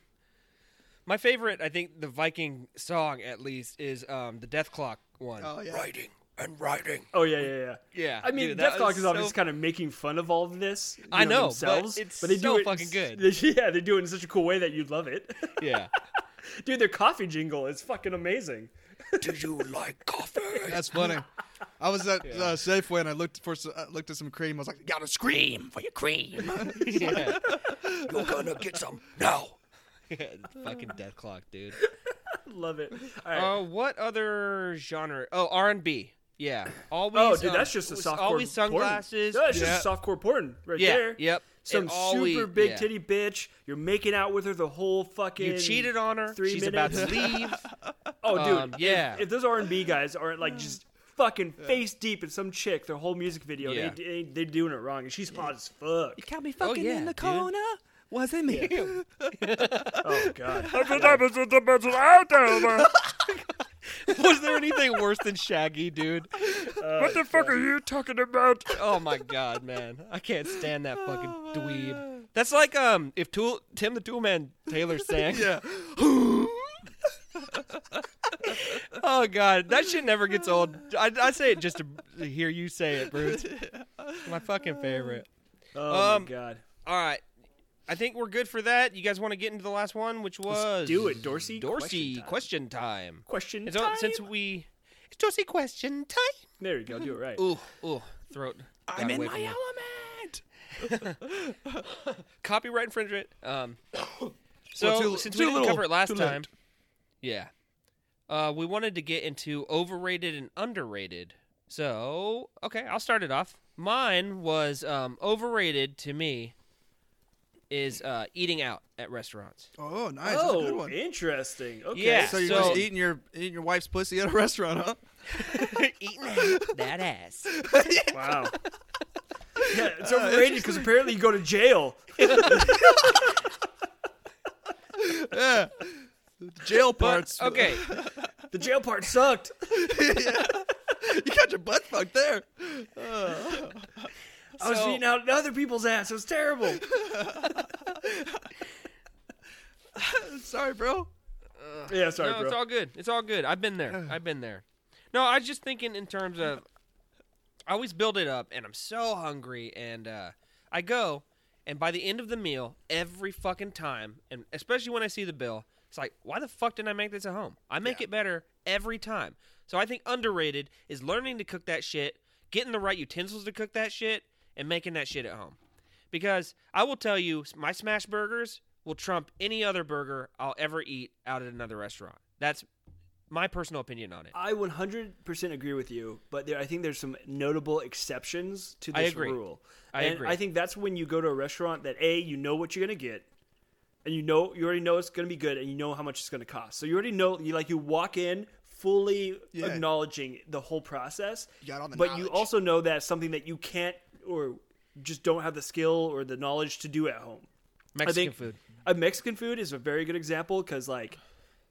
[SPEAKER 1] My favorite, I think, the Viking song at least is um, the Death Clock one.
[SPEAKER 3] oh yeah.
[SPEAKER 5] Writing and writing.
[SPEAKER 2] Oh yeah, yeah, yeah.
[SPEAKER 1] Yeah,
[SPEAKER 2] I mean,
[SPEAKER 1] dude, that
[SPEAKER 2] Death Clock
[SPEAKER 1] was
[SPEAKER 2] is obviously
[SPEAKER 1] so-
[SPEAKER 2] kind of making fun of all of this. you
[SPEAKER 1] I know, but
[SPEAKER 2] themselves,
[SPEAKER 1] it's
[SPEAKER 2] they
[SPEAKER 1] so
[SPEAKER 2] do it
[SPEAKER 1] fucking
[SPEAKER 2] s-
[SPEAKER 1] good.
[SPEAKER 2] they- yeah, they do it in such a cool way that you'd love it,
[SPEAKER 1] Yeah,
[SPEAKER 2] dude. Their coffee jingle is fucking amazing.
[SPEAKER 5] Do you like coffee?
[SPEAKER 3] That's funny. I was at uh, Safeway and I looked for s- I looked at some cream. I was like,
[SPEAKER 5] Gotta scream for your cream.
[SPEAKER 1] yeah.
[SPEAKER 5] You're gonna get some now.
[SPEAKER 1] fucking Death Clock, dude.
[SPEAKER 2] love it. All right.
[SPEAKER 1] Uh, what other genre? Oh, R and B. Yeah, always.
[SPEAKER 2] oh, dude,
[SPEAKER 1] uh,
[SPEAKER 2] that's just a softcore.
[SPEAKER 1] Always
[SPEAKER 2] porn.
[SPEAKER 1] sunglasses.
[SPEAKER 2] No, that's
[SPEAKER 1] yeah.
[SPEAKER 2] just softcore porn right
[SPEAKER 1] Yeah,
[SPEAKER 2] there.
[SPEAKER 1] yep.
[SPEAKER 2] Some
[SPEAKER 1] It always-
[SPEAKER 2] super big
[SPEAKER 1] yeah.
[SPEAKER 2] titty bitch. You're making out with her the whole fucking.
[SPEAKER 1] You cheated on her.
[SPEAKER 2] Three
[SPEAKER 1] She's
[SPEAKER 2] minutes.
[SPEAKER 1] about to leave.
[SPEAKER 2] Oh, dude,
[SPEAKER 1] Um,
[SPEAKER 2] if-
[SPEAKER 1] yeah.
[SPEAKER 2] If, those R and B guys aren't like just fucking face deep in some chick, their whole music video,
[SPEAKER 1] Yeah.
[SPEAKER 2] they, they they're doing it wrong, and she's hot as fuck.
[SPEAKER 3] "Count me
[SPEAKER 1] fucking in Oh, yeah, the dude. corner.
[SPEAKER 3] Wasn't me.
[SPEAKER 2] Oh god.
[SPEAKER 1] Was there anything worse than Shaggy, dude?
[SPEAKER 5] What the fuck are you talking about?
[SPEAKER 1] Oh my god, man, I can't stand that fucking dweeb. That's like um, if Tool Tim the Tool Man Taylor sang.
[SPEAKER 3] Yeah.
[SPEAKER 1] Oh god, that shit never gets old. I, I say it just to to hear you say it, Bruce. My fucking favorite.
[SPEAKER 2] Oh
[SPEAKER 1] Um,
[SPEAKER 2] my god.
[SPEAKER 1] All right. I think we're good for that. You guys want to get into the last one, which was
[SPEAKER 2] do it, Dorsey.
[SPEAKER 1] Dorsey question time.
[SPEAKER 2] Question
[SPEAKER 1] It's
[SPEAKER 2] time.
[SPEAKER 1] all, since we it's Dorsey question time.
[SPEAKER 2] there you go. Do it right.
[SPEAKER 1] Ooh, ooh, throat. got away from me.
[SPEAKER 3] element.
[SPEAKER 1] Copyright infringement. Um, so
[SPEAKER 3] too-
[SPEAKER 1] since we
[SPEAKER 3] too
[SPEAKER 1] didn't
[SPEAKER 3] little,
[SPEAKER 1] cover it last
[SPEAKER 3] too late.
[SPEAKER 1] time, yeah, uh, we wanted to get into overrated and underrated. So okay, I'll start it off. Mine was um, overrated to me is uh, eating out at restaurants.
[SPEAKER 3] Oh, nice. That's a good
[SPEAKER 2] Oh,
[SPEAKER 3] one.
[SPEAKER 2] interesting. Okay.
[SPEAKER 1] Yeah.
[SPEAKER 3] So you're
[SPEAKER 1] So-
[SPEAKER 3] just eating your eating your wife's pussy at a restaurant, huh?
[SPEAKER 1] eating out that ass.
[SPEAKER 2] Wow. Yeah,
[SPEAKER 1] Uh,
[SPEAKER 2] it's overrated because apparently you go to jail.
[SPEAKER 3] Jail
[SPEAKER 1] But
[SPEAKER 3] parts.
[SPEAKER 1] okay,
[SPEAKER 2] The jail part sucked.
[SPEAKER 3] you got your butt fucked there.
[SPEAKER 2] I was
[SPEAKER 1] So-
[SPEAKER 2] eating out other people's ass. It was terrible.
[SPEAKER 3] Sorry, bro.
[SPEAKER 2] Yeah, sorry,
[SPEAKER 1] no,
[SPEAKER 2] bro.
[SPEAKER 1] it's all good. It's all good. I've been there. I've been there. No, I was just thinking in terms of. I always build it up, and I'm so hungry, and uh, I go, and by the end of the meal, every fucking time, and especially when I see the bill, it's like, why the fuck didn't I make this at home? I make it better every time. So I think underrated is learning to cook that shit, getting the right utensils to cook that shit, and making that shit at home. Because I will tell you, my smash burgers will trump any other burger I'll ever eat out at another restaurant. That's my personal opinion on it.
[SPEAKER 2] I 100% agree with you, but there, I think there's some notable exceptions to
[SPEAKER 1] I
[SPEAKER 2] this
[SPEAKER 1] agree.
[SPEAKER 2] rule.
[SPEAKER 1] I
[SPEAKER 2] and
[SPEAKER 1] agree.
[SPEAKER 2] I think that's when you go to a restaurant that a you know what you're gonna get, and you know you already know it's gonna be good, and you know how much it's gonna cost. So you already know you like you walk in fully
[SPEAKER 3] Yeah.
[SPEAKER 2] acknowledging the whole process.
[SPEAKER 3] You got all the
[SPEAKER 2] but you
[SPEAKER 3] knowledge.
[SPEAKER 2] also know that's something that you can't or just don't have the skill or the knowledge to do at home.
[SPEAKER 1] Mexican
[SPEAKER 2] I think
[SPEAKER 1] food.
[SPEAKER 2] A Mexican food is a very good example because like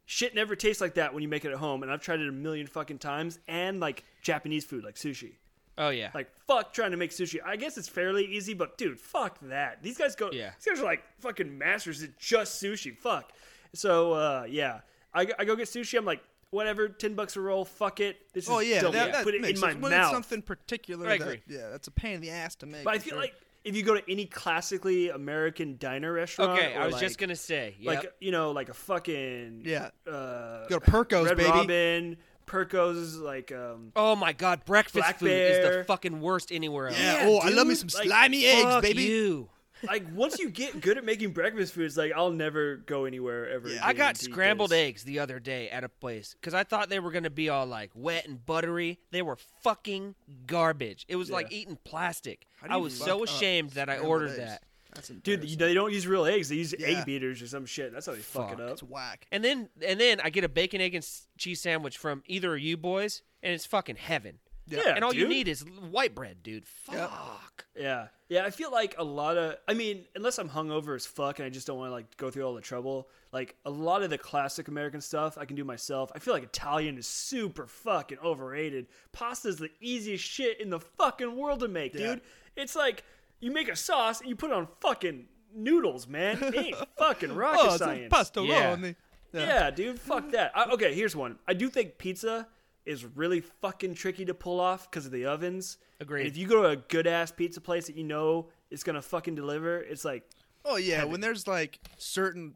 [SPEAKER 2] shit never tastes like that when you make it at home, and I've tried it a million fucking times. And like Japanese food, like sushi.
[SPEAKER 1] Oh yeah.
[SPEAKER 2] Like fuck trying to make sushi. I guess it's fairly easy, but dude, fuck that. These guys go.
[SPEAKER 1] Yeah.
[SPEAKER 2] These guys are like fucking masters at just sushi. Fuck. So uh, yeah, I, go- I go get sushi. I'm like, whatever, ten bucks a roll. Fuck it. This is
[SPEAKER 3] Oh yeah,
[SPEAKER 2] dope.
[SPEAKER 3] that, that
[SPEAKER 2] put it
[SPEAKER 3] makes
[SPEAKER 2] in my
[SPEAKER 3] sense. when
[SPEAKER 2] mouth.
[SPEAKER 3] it's something particular.
[SPEAKER 1] I
[SPEAKER 3] that-
[SPEAKER 1] agree.
[SPEAKER 3] yeah, that's a pain in the ass to make.
[SPEAKER 2] but I
[SPEAKER 3] for
[SPEAKER 2] feel
[SPEAKER 3] sure.
[SPEAKER 2] like if you go to any classically American diner restaurant,
[SPEAKER 1] okay,
[SPEAKER 2] or
[SPEAKER 1] I was
[SPEAKER 2] like,
[SPEAKER 1] just gonna say. Yep.
[SPEAKER 2] like you know, like a fucking
[SPEAKER 3] yeah,
[SPEAKER 2] uh,
[SPEAKER 3] go to Perco's,
[SPEAKER 2] Red
[SPEAKER 3] baby.
[SPEAKER 2] Robin, Perco's, like um,
[SPEAKER 1] oh my god, breakfast
[SPEAKER 2] Black
[SPEAKER 1] food is
[SPEAKER 2] Bear.
[SPEAKER 1] the fucking worst anywhere else.
[SPEAKER 3] Yeah.
[SPEAKER 2] Yeah,
[SPEAKER 3] oh, I love me some
[SPEAKER 2] dude, like,
[SPEAKER 3] slimy eggs,
[SPEAKER 1] Fuck
[SPEAKER 3] baby.
[SPEAKER 1] you.
[SPEAKER 2] like once you get good at making breakfast foods, like I'll never go anywhere ever.
[SPEAKER 3] Yeah.
[SPEAKER 2] again
[SPEAKER 1] I got
[SPEAKER 2] to eat
[SPEAKER 1] scrambled
[SPEAKER 2] those.
[SPEAKER 1] eggs the other day at a place because I thought they were gonna be all like wet and buttery. They were fucking garbage. It was like
[SPEAKER 2] Yeah.
[SPEAKER 1] eating plastic.
[SPEAKER 3] How do
[SPEAKER 1] I
[SPEAKER 3] you
[SPEAKER 1] was
[SPEAKER 3] fuck
[SPEAKER 1] so
[SPEAKER 3] up
[SPEAKER 1] ashamed that I
[SPEAKER 3] scrambled
[SPEAKER 1] ordered
[SPEAKER 3] eggs?
[SPEAKER 1] that.
[SPEAKER 3] That's
[SPEAKER 2] Dude,
[SPEAKER 3] embarrassing.
[SPEAKER 2] you- they don't use real eggs. They use
[SPEAKER 3] Yeah.
[SPEAKER 2] egg beaters or some shit. That's how they fuck,
[SPEAKER 1] Fuck.
[SPEAKER 2] it up.
[SPEAKER 3] it's whack.
[SPEAKER 1] And then and then I get a bacon egg and s- cheese sandwich from either of you boys, and it's fucking heaven.
[SPEAKER 3] Yeah.
[SPEAKER 2] Yeah,
[SPEAKER 1] and all you
[SPEAKER 2] dude.
[SPEAKER 1] need is l- white bread, dude. Fuck.
[SPEAKER 3] Yep.
[SPEAKER 2] Yeah, yeah. I feel like a lot of. I mean, unless I'm hungover as fuck and I just don't want to like go through all the trouble. Like a lot of the classic American stuff, I can do myself. I feel like Italian is super fucking overrated. Pasta's the easiest shit in the fucking world to make,
[SPEAKER 3] Yeah.
[SPEAKER 2] dude. It's like you make a sauce and you put it on fucking noodles, man. It ain't fucking rocket
[SPEAKER 3] Oh, it's
[SPEAKER 2] science.
[SPEAKER 3] a pasta
[SPEAKER 1] Yeah.
[SPEAKER 3] roll.
[SPEAKER 2] Yeah, dude, fuck that. I, okay, here's one. I do think pizza is really fucking tricky to pull off because of the ovens.
[SPEAKER 1] Agreed.
[SPEAKER 2] And if you go to a good ass pizza place that you know is gonna fucking deliver, it's like
[SPEAKER 3] Oh yeah, when there's like certain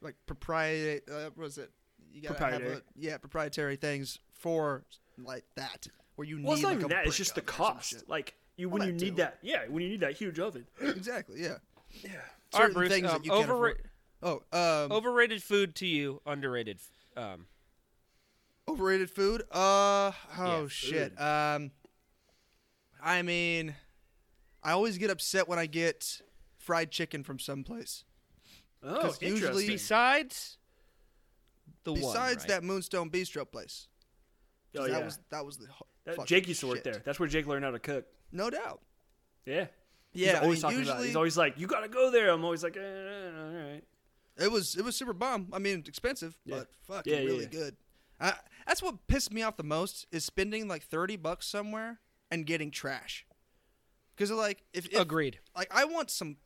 [SPEAKER 3] like proprietary, uh, what was it? You gotta
[SPEAKER 2] Proprietary.
[SPEAKER 3] Have a, yeah, proprietary things for like that where you
[SPEAKER 2] well,
[SPEAKER 3] need
[SPEAKER 2] it's not
[SPEAKER 3] like,
[SPEAKER 2] even
[SPEAKER 3] a
[SPEAKER 2] that. It's
[SPEAKER 3] brick
[SPEAKER 2] just the
[SPEAKER 3] oven or some
[SPEAKER 2] cost.
[SPEAKER 3] shit.
[SPEAKER 2] Like you
[SPEAKER 3] Well,
[SPEAKER 2] when you
[SPEAKER 3] that
[SPEAKER 2] need
[SPEAKER 3] too.
[SPEAKER 2] that, yeah, when you need that huge oven.
[SPEAKER 3] exactly, yeah.
[SPEAKER 1] All right,
[SPEAKER 3] Certain
[SPEAKER 1] Bruce.
[SPEAKER 3] things
[SPEAKER 1] um,
[SPEAKER 3] that you can't
[SPEAKER 1] overra-
[SPEAKER 3] afford. Oh, um,
[SPEAKER 1] Overrated food to you, underrated. f- Um,
[SPEAKER 3] overrated food. Uh oh
[SPEAKER 1] Yeah,
[SPEAKER 3] shit. Um, I mean, I always get upset when I get fried chicken from someplace.
[SPEAKER 2] Oh,
[SPEAKER 3] 'Cause usually-
[SPEAKER 2] interesting.
[SPEAKER 1] besides the one.
[SPEAKER 3] Besides
[SPEAKER 1] right?
[SPEAKER 3] that Moonstone Bistro place,
[SPEAKER 2] oh,
[SPEAKER 3] 'Cause that
[SPEAKER 2] yeah.
[SPEAKER 3] was that was the ho-
[SPEAKER 2] that,
[SPEAKER 3] fucking
[SPEAKER 2] Jake used to work
[SPEAKER 3] shit.
[SPEAKER 2] there. That's where Jake learned how to cook.
[SPEAKER 3] No doubt.
[SPEAKER 2] Yeah.
[SPEAKER 3] Yeah,
[SPEAKER 2] He's
[SPEAKER 3] I
[SPEAKER 2] always
[SPEAKER 3] mean,
[SPEAKER 2] talking
[SPEAKER 3] usually
[SPEAKER 2] about. It. He's always like, "You gotta go there." I'm always like, eh, "All right."
[SPEAKER 3] It was it was super bomb. I mean, expensive,
[SPEAKER 2] Yeah.
[SPEAKER 3] but fucking
[SPEAKER 2] Yeah, yeah,
[SPEAKER 3] really
[SPEAKER 2] yeah.
[SPEAKER 3] good. Uh, that's what pissed me off the most is spending like thirty bucks somewhere and getting trash. Because like if, if
[SPEAKER 1] Agreed.
[SPEAKER 3] like I want some,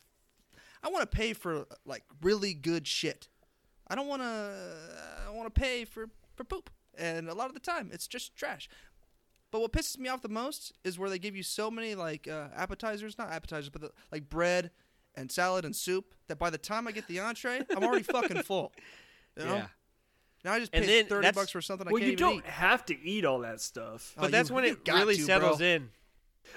[SPEAKER 3] I want to pay for like really good shit. I don't want to. I want to pay for for poop, and a lot of the time it's just trash. But what pisses me off the most is where they give you so many like uh, appetizers, not appetizers, but the, like bread and salad and soup that by the time I get the entree, I'm already fucking full. You know?
[SPEAKER 1] Yeah.
[SPEAKER 3] Now I just
[SPEAKER 1] And
[SPEAKER 3] paid
[SPEAKER 1] then
[SPEAKER 3] thirty
[SPEAKER 1] that's-
[SPEAKER 3] bucks for something I
[SPEAKER 2] Well,
[SPEAKER 3] can't
[SPEAKER 2] you
[SPEAKER 3] even
[SPEAKER 2] don't
[SPEAKER 3] eat.
[SPEAKER 2] have to eat all that stuff.
[SPEAKER 1] But
[SPEAKER 3] Oh,
[SPEAKER 1] that's
[SPEAKER 3] you-
[SPEAKER 1] when
[SPEAKER 3] you
[SPEAKER 1] it
[SPEAKER 3] got
[SPEAKER 1] really
[SPEAKER 3] to,
[SPEAKER 1] settles
[SPEAKER 3] bro.
[SPEAKER 1] in.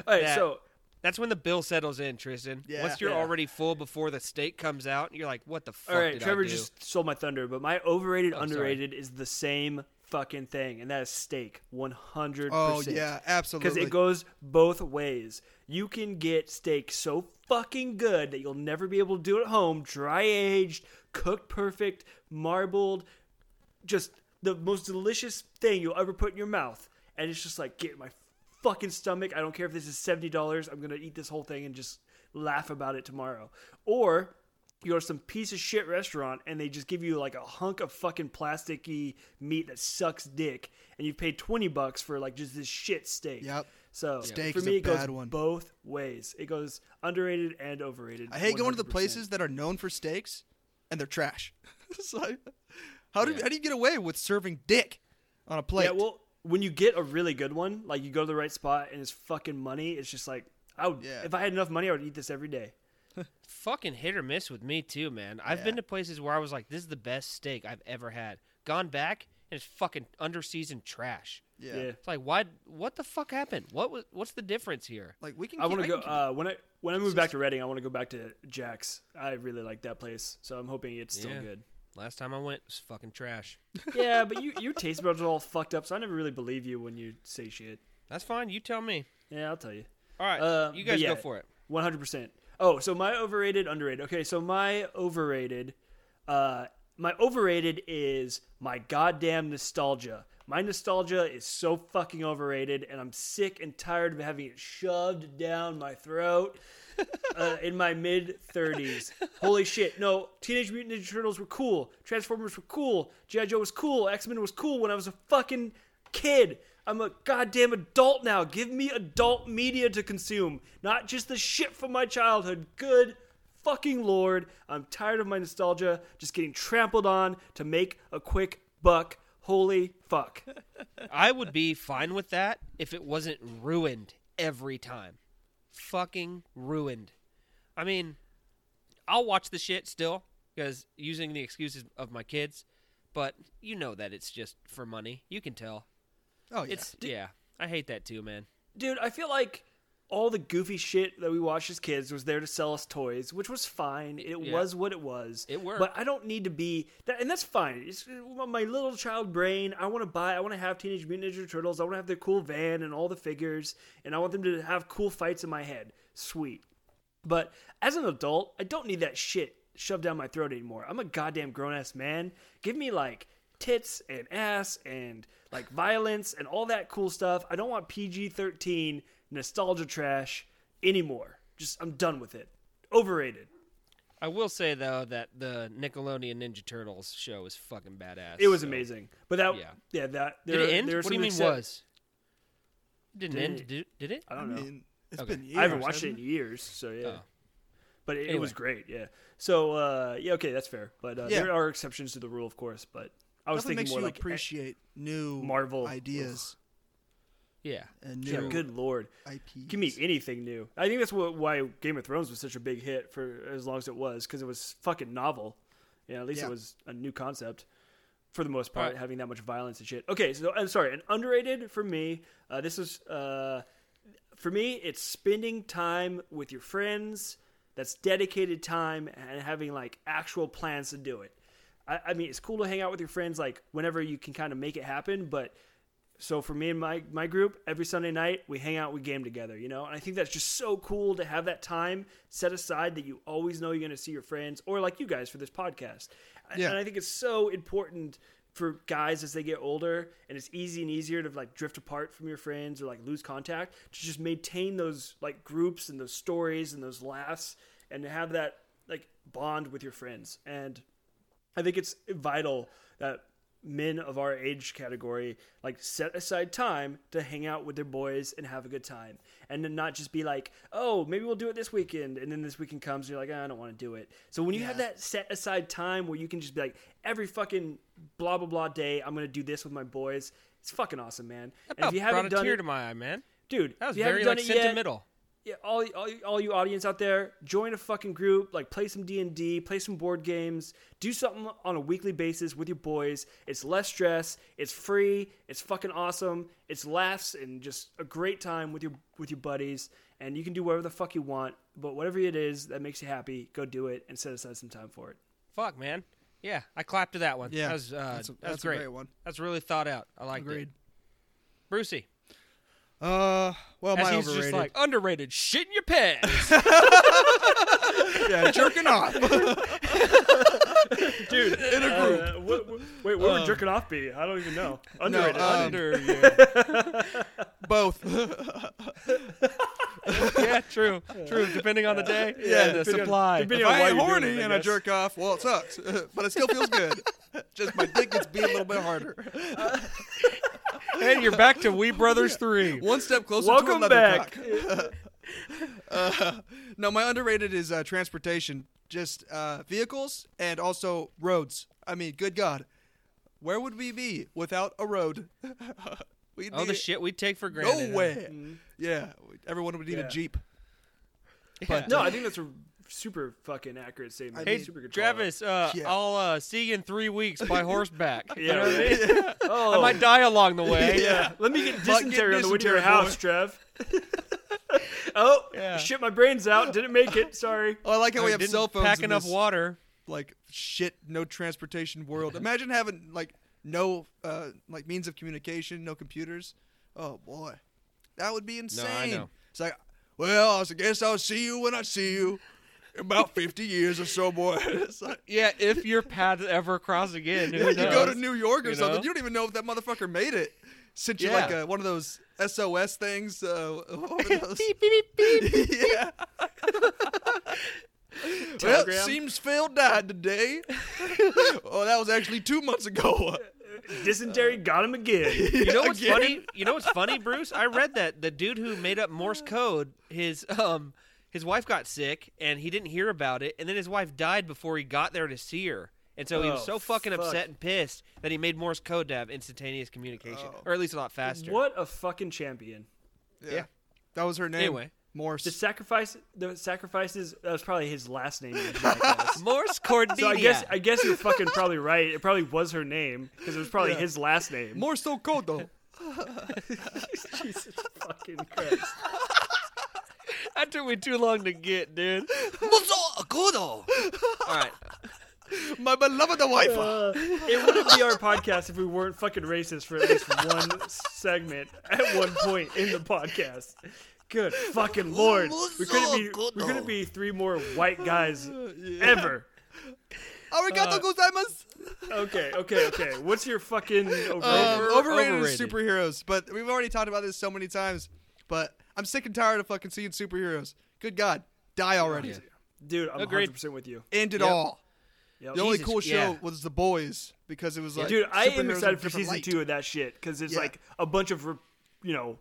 [SPEAKER 2] All right,
[SPEAKER 1] that-
[SPEAKER 2] so
[SPEAKER 1] That's when the bill settles in, Tristan.
[SPEAKER 3] Yeah.
[SPEAKER 1] Once you're
[SPEAKER 2] Yeah.
[SPEAKER 1] already full before the steak comes out, and you're like, "What the fuck?"
[SPEAKER 2] All right,
[SPEAKER 1] did I
[SPEAKER 2] Trevor
[SPEAKER 1] do?
[SPEAKER 2] just stole my thunder, but my overrated,
[SPEAKER 1] Oh, sorry.
[SPEAKER 2] underrated is the same fucking thing, and that is steak, one hundred
[SPEAKER 3] Oh
[SPEAKER 2] percent.
[SPEAKER 3] yeah,
[SPEAKER 2] because
[SPEAKER 3] absolutely.
[SPEAKER 2] it goes both ways. You can get steak so fucking good that you'll never be able to do it at home. Dry aged, cooked perfect, marbled, just the most delicious thing you'll ever put in your mouth, and it's just like get in my fucking stomach. I don't care if this is seventy dollars. I'm gonna eat this whole thing and just laugh about it tomorrow. Or you go to some piece of shit restaurant and they just give you like a hunk of fucking plasticky meat that sucks dick, and you pay twenty bucks for like just this shit steak.
[SPEAKER 3] Yep.
[SPEAKER 2] So
[SPEAKER 3] Steak
[SPEAKER 2] for
[SPEAKER 3] is
[SPEAKER 2] me,
[SPEAKER 3] a
[SPEAKER 2] it goes
[SPEAKER 3] bad one.
[SPEAKER 2] both ways. It goes underrated and overrated.
[SPEAKER 3] I hate going to the
[SPEAKER 2] 100%.
[SPEAKER 3] places that are known for steaks and they're trash. it's like, how do how do you get away with serving dick on a plate?
[SPEAKER 2] Yeah, well, when you get a really good one, like you go to the right spot and it's fucking money, it's just like I would.
[SPEAKER 3] Yeah.
[SPEAKER 2] If I had enough money, I would eat this every day.
[SPEAKER 1] fucking hit or miss with me too, man. I've been to places where I was like, "This is the best steak I've ever had." Gone back and it's fucking underseasoned trash.
[SPEAKER 3] yeah.
[SPEAKER 2] Yeah.
[SPEAKER 1] It's like, why? What the fuck happened? What was? What's the difference here?
[SPEAKER 3] Like we can.
[SPEAKER 2] I want to go
[SPEAKER 3] can keep-
[SPEAKER 2] uh, when I when I move back to Reading. I want to go back to Jack's. I really like that place, so I'm hoping it's still
[SPEAKER 1] Yeah.
[SPEAKER 2] good.
[SPEAKER 1] Last time I went, it was fucking trash.
[SPEAKER 2] Yeah, but you your taste buds are all fucked up, so I never really believe you when you say shit.
[SPEAKER 1] That's fine. You tell me.
[SPEAKER 2] Yeah, I'll tell you.
[SPEAKER 1] All right,
[SPEAKER 2] Uh,
[SPEAKER 1] you
[SPEAKER 2] but
[SPEAKER 1] guys
[SPEAKER 2] yeah,
[SPEAKER 1] go for it.
[SPEAKER 2] 100%. Oh, so my overrated, underrated. Okay, so my overrated, uh, my overrated is my goddamn nostalgia. My nostalgia is so fucking overrated, and I'm sick and tired of having it shoved down my throat uh, in my mid 30s. Holy shit. No, Teenage Mutant Ninja Turtles were cool. Transformers were cool. G.I. Joe was cool. X Men was cool when I was a fucking kid. I'm a goddamn adult now. Give me adult media to consume, not just the shit from my childhood. Good fucking lord. I'm tired of my nostalgia just getting trampled on to make a quick buck. Holy fuck.
[SPEAKER 1] I would be fine with that if it wasn't ruined every time. Fucking ruined. I mean, I'll watch the shit still because using the excuses of my kids, but you know that it's just for money. You can tell.
[SPEAKER 3] Oh yeah.
[SPEAKER 1] It's yeah. I hate that too, man.
[SPEAKER 2] Dude, I feel like all the goofy shit that we watched as kids was there to sell us toys, which was fine. It
[SPEAKER 1] Yeah.
[SPEAKER 2] was what it was.
[SPEAKER 1] It worked.
[SPEAKER 2] But I don't need to be that, and that's fine. It's uh, my little child brain. I want to buy. I want to have Teenage Mutant Ninja Turtles. I want to have their cool van and all the figures, and I want them to have cool fights in my head. Sweet. But as an adult, I don't need that shit shoved down my throat anymore. I'm a goddamn grown ass man. Give me like tits and ass and like violence and all that cool stuff. I don't want PG 13 nostalgia trash anymore. Just, I'm done with it. Overrated.
[SPEAKER 1] I will say though that the Nickelodeon Ninja Turtles show is fucking badass.
[SPEAKER 2] It was
[SPEAKER 1] so-
[SPEAKER 2] amazing. But that, yeah,
[SPEAKER 1] Yeah.
[SPEAKER 2] that, there,
[SPEAKER 1] Did it end?
[SPEAKER 2] there are
[SPEAKER 1] What do you
[SPEAKER 2] some
[SPEAKER 1] mean
[SPEAKER 2] excep-
[SPEAKER 1] was? It didn't
[SPEAKER 2] Did
[SPEAKER 1] end.
[SPEAKER 2] it- Uh,
[SPEAKER 1] Did, did it?
[SPEAKER 2] I
[SPEAKER 3] I
[SPEAKER 2] don't know.
[SPEAKER 3] mean, it's
[SPEAKER 1] Okay.
[SPEAKER 3] been years.
[SPEAKER 2] I haven't watched it in
[SPEAKER 3] hasn't
[SPEAKER 2] years, so yeah.
[SPEAKER 1] Oh.
[SPEAKER 2] But it, it was
[SPEAKER 1] Anyway.
[SPEAKER 2] great, yeah. So uh, yeah, okay, that's fair. But uh,
[SPEAKER 3] Yeah.
[SPEAKER 2] there are exceptions to the rule, of course. But I was
[SPEAKER 3] Nothing
[SPEAKER 2] thinking
[SPEAKER 3] makes
[SPEAKER 2] more
[SPEAKER 3] you
[SPEAKER 2] like eh,
[SPEAKER 3] appreciate new
[SPEAKER 2] Marvel.
[SPEAKER 3] ideas
[SPEAKER 1] Yeah.
[SPEAKER 3] and
[SPEAKER 2] Yeah,
[SPEAKER 3] new
[SPEAKER 2] good lord,
[SPEAKER 3] IPs.
[SPEAKER 2] give me anything new. I think that's what, why Game of Thrones was such a big hit for as long as it was because it was fucking novel. Yeah, at least
[SPEAKER 3] Yeah.
[SPEAKER 2] it was a new concept for the most part,
[SPEAKER 1] Alright.
[SPEAKER 2] having that much violence and shit. Okay, so I'm sorry, an underrated for me. Uh, this is uh, for me, it's spending time with your friends. That's dedicated time and having like actual plans to do it. I, I mean, it's cool to hang out with your friends like whenever you can kind of make it happen, but so for me and my my group, every Sunday night we hang out, we game together, you know. And I think that's just so cool to have that time set aside that you always know you're going to see your friends, or like you guys for this podcast.
[SPEAKER 3] Yeah.
[SPEAKER 2] And I think it's so important for guys as they get older, and it's easy and easier to like drift apart from your friends or like lose contact to just maintain those like groups and those stories and those laughs, and to have that like bond with your friends and I think it's vital that men of our age category like set aside time to hang out with their boys and have a good time and then not just be like oh maybe we'll do it this weekend and then this weekend comes and you're like "Ah, i don't want to do it so when you have
[SPEAKER 3] Yeah.
[SPEAKER 2] that set aside time where you can just be like every fucking blah blah blah day i'm gonna do this with my boys it's fucking awesome man and
[SPEAKER 1] About
[SPEAKER 2] if you
[SPEAKER 1] Oh, brought
[SPEAKER 2] haven't
[SPEAKER 1] a
[SPEAKER 2] done
[SPEAKER 1] tear
[SPEAKER 2] it
[SPEAKER 1] to my eye, man.
[SPEAKER 2] dude
[SPEAKER 1] That was
[SPEAKER 2] if you haven't
[SPEAKER 1] very
[SPEAKER 2] done
[SPEAKER 1] like
[SPEAKER 2] it yet,
[SPEAKER 1] sentimental.
[SPEAKER 2] yeah, all, all all you audience out there, join a fucking group, like play some D and D, play some board games, do something on a weekly basis with your boys. It's less stress, it's free, it's fucking awesome, it's laughs and just a great time with your with your buddies. And you can do whatever the fuck you want, but whatever it is that makes you happy, go do it and set aside some time for it.
[SPEAKER 1] Fuck, man. Yeah, I clapped to that one.
[SPEAKER 3] Yeah,
[SPEAKER 1] that was, uh,
[SPEAKER 3] that's a-
[SPEAKER 1] that was
[SPEAKER 3] that's a
[SPEAKER 1] great.
[SPEAKER 3] great one.
[SPEAKER 1] That's really thought out. I liked it.
[SPEAKER 3] Agreed.
[SPEAKER 1] Brucey,
[SPEAKER 3] Uh, well,
[SPEAKER 1] as
[SPEAKER 3] my
[SPEAKER 1] he's
[SPEAKER 3] overrated.
[SPEAKER 1] just
[SPEAKER 3] Um,
[SPEAKER 1] like underrated, shit in your pants.
[SPEAKER 3] yeah, jerking off.
[SPEAKER 2] Dude, in a group. wait, Uh, what would jerking off be? I don't even know. Underrated.
[SPEAKER 3] uh,
[SPEAKER 1] Under you.
[SPEAKER 3] Both.
[SPEAKER 1] yeah, true, true. Depending on the day,
[SPEAKER 3] Yeah,
[SPEAKER 1] and the
[SPEAKER 2] depending on-
[SPEAKER 1] supply.
[SPEAKER 2] depending
[SPEAKER 3] if
[SPEAKER 2] on why
[SPEAKER 3] I ain't
[SPEAKER 2] you're doing
[SPEAKER 3] horny
[SPEAKER 2] it, I
[SPEAKER 3] and I
[SPEAKER 2] guess.
[SPEAKER 3] jerk off, well, it sucks, but it still feels good. Just my dick gets beat a little bit harder.
[SPEAKER 1] hey, you're back to We Brothers Three.
[SPEAKER 3] One step closer
[SPEAKER 2] Welcome
[SPEAKER 3] to another
[SPEAKER 2] back.
[SPEAKER 3] cock. uh, no, my underrated is uh, transportation, just uh, vehicles and also roads. I mean, good God, where would we be without a road? We'd
[SPEAKER 1] All
[SPEAKER 3] be
[SPEAKER 1] the shit we take for granted. huh?
[SPEAKER 3] nowhere. Yeah, everyone would need
[SPEAKER 2] Yeah.
[SPEAKER 3] a jeep.
[SPEAKER 1] Yeah.
[SPEAKER 2] No, I think that's a super fucking accurate statement.
[SPEAKER 3] I
[SPEAKER 1] Hey,
[SPEAKER 3] mean,
[SPEAKER 2] super good call out.
[SPEAKER 1] Travis, uh,
[SPEAKER 3] Yeah.
[SPEAKER 1] I'll uh, see you in three weeks by horseback.
[SPEAKER 2] Yeah,
[SPEAKER 1] you know what I mean?
[SPEAKER 2] right. Oh,
[SPEAKER 1] I might die along the way.
[SPEAKER 2] yeah. Let me get
[SPEAKER 3] Might get
[SPEAKER 2] dysentery on the way to your
[SPEAKER 3] dysentery, boy.
[SPEAKER 2] house, Trev. oh,
[SPEAKER 1] Yeah.
[SPEAKER 2] shit, my brain's out. Didn't make it. Sorry.
[SPEAKER 3] Oh, I like how we
[SPEAKER 1] I
[SPEAKER 3] have
[SPEAKER 1] didn't
[SPEAKER 3] cell phones.
[SPEAKER 1] Packing
[SPEAKER 3] in
[SPEAKER 1] up
[SPEAKER 3] this,
[SPEAKER 1] water.
[SPEAKER 3] like shit, no transportation world. Imagine having like no uh, like means of communication, no computers. Oh boy, that would be insane.
[SPEAKER 1] know.
[SPEAKER 3] It's like, well, I was- I guess I'll see you when I see you. about 50 years or so more. It's like,
[SPEAKER 1] Yeah, if your path ever cross again, who
[SPEAKER 3] you go to
[SPEAKER 1] knows?
[SPEAKER 3] New York or
[SPEAKER 1] You
[SPEAKER 3] something,
[SPEAKER 1] know?
[SPEAKER 3] you don't even know if that motherfucker made it. Sent you
[SPEAKER 1] Yeah.
[SPEAKER 3] like a, one of those SOS things. Uh, what were those?
[SPEAKER 1] Beep, beep, beep, beep.
[SPEAKER 3] yeah. well,
[SPEAKER 2] Telegram?
[SPEAKER 3] seems Phil died today. oh, that was actually two months ago.
[SPEAKER 2] Dysentery got him again.
[SPEAKER 1] You know what's
[SPEAKER 3] Again?
[SPEAKER 1] funny? You know what's funny, Bruce? I read that the dude who made up Morse code, his um, his wife got sick and he didn't hear about it, and then his wife died before he got there to see her, and so he was
[SPEAKER 2] Oh,
[SPEAKER 1] so fucking
[SPEAKER 2] fuck.
[SPEAKER 1] upset and pissed that he made Morse code to have instantaneous communication, or at least a lot faster.
[SPEAKER 2] What a fucking champion!
[SPEAKER 3] Yeah. That was her name.
[SPEAKER 1] Anyway.
[SPEAKER 3] Morse.
[SPEAKER 2] The sacrifice, the sacrifices. That was probably his last name. in the podcast.
[SPEAKER 1] Morse cordelia.
[SPEAKER 2] so I guess I guess you're fucking probably right. It probably was her name because it was probably his last name.
[SPEAKER 3] Morse so cold, though.
[SPEAKER 2] Jesus fucking Christ!
[SPEAKER 1] that took me too long to get, dude. All right,
[SPEAKER 3] My beloved wife.
[SPEAKER 2] Uh, it wouldn't be our podcast if we weren't fucking racist for at least one segment at one point in the podcast. Good fucking lord, we couldn't be we couldn't be three more white guys ever.
[SPEAKER 1] uh,
[SPEAKER 3] Arigato gozaimasu.
[SPEAKER 2] Okay, okay, okay. What's your fucking overrated?
[SPEAKER 3] Um, overrated,
[SPEAKER 1] overrated.
[SPEAKER 3] is superheroes, but we've already talked about this so many times. But I'm sick and tired of fucking seeing superheroes. Good God, die already!
[SPEAKER 2] Dude, I'm
[SPEAKER 1] Agreed.
[SPEAKER 2] 100% with you.
[SPEAKER 3] End it
[SPEAKER 1] Yep.
[SPEAKER 3] all.
[SPEAKER 2] Yep.
[SPEAKER 3] The only
[SPEAKER 1] Jesus,
[SPEAKER 3] cool show
[SPEAKER 1] yeah.
[SPEAKER 3] was The Boys because it was like
[SPEAKER 2] Dude, I am
[SPEAKER 3] superheroes in a
[SPEAKER 2] excited for
[SPEAKER 3] different
[SPEAKER 2] season
[SPEAKER 3] light.
[SPEAKER 2] two of that shit because it's
[SPEAKER 3] Yeah.
[SPEAKER 2] like a bunch of, re- you know,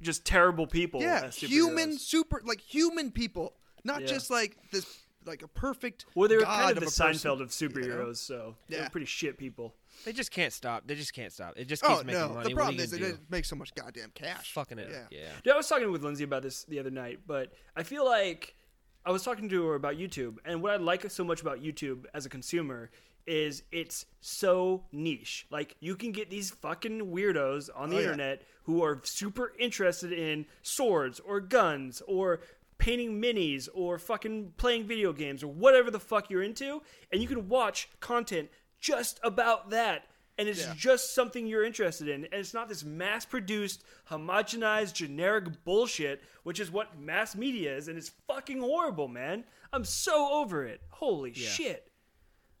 [SPEAKER 2] just terrible people.
[SPEAKER 3] Yeah,
[SPEAKER 2] as uh, superheroes.
[SPEAKER 3] human super, like human people, not
[SPEAKER 2] Yeah.
[SPEAKER 3] just like this, like a perfect.
[SPEAKER 2] Well, they were
[SPEAKER 3] god
[SPEAKER 2] kind of,
[SPEAKER 3] of
[SPEAKER 2] the
[SPEAKER 3] a person.
[SPEAKER 2] Seinfeld of superheroes, so they're
[SPEAKER 3] Yeah.
[SPEAKER 2] pretty shit people.
[SPEAKER 1] they just can't stop. They just can't stop. It just keeps
[SPEAKER 3] Oh
[SPEAKER 1] making
[SPEAKER 3] no,
[SPEAKER 1] money.
[SPEAKER 3] the problem is
[SPEAKER 1] they
[SPEAKER 3] they didn't make so much goddamn cash.
[SPEAKER 1] fucking it. Up.
[SPEAKER 3] Yeah.
[SPEAKER 1] Yeah.
[SPEAKER 2] Yeah, I was talking with Lindsay about this the other night, but I feel like I was talking to her about YouTube, and what I like so much about YouTube as a consumer is it's so niche. Like you can get these fucking weirdos on the
[SPEAKER 3] yeah.
[SPEAKER 2] internet who are super interested in swords or guns or painting minis or fucking playing video games or whatever the fuck you're into, and you can watch content just about that. And it's
[SPEAKER 3] Yeah.
[SPEAKER 2] just something you're interested in. And it's not this mass produced, homogenized, generic bullshit, which is what mass media is. And it's fucking horrible, man. I'm so over it. Holy shit.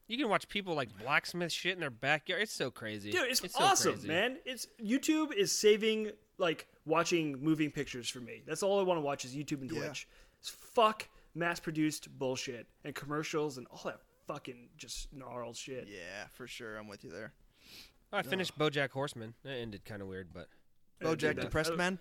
[SPEAKER 1] You can watch people like blacksmith shit in their backyard. It's so crazy.
[SPEAKER 2] Dude, it's,
[SPEAKER 1] so
[SPEAKER 2] awesome,
[SPEAKER 1] crazy.
[SPEAKER 2] man. It's YouTube is saving like watching moving pictures for me. That's all I want to watch is YouTube and
[SPEAKER 3] Yeah.
[SPEAKER 2] Twitch. It's fuck mass produced bullshit and commercials and all that fucking just gnarled shit.
[SPEAKER 3] Yeah, for sure, I'm with you there.
[SPEAKER 1] I finished BoJack Horseman. That ended kind of weird, but
[SPEAKER 3] Bojack Depressed Man.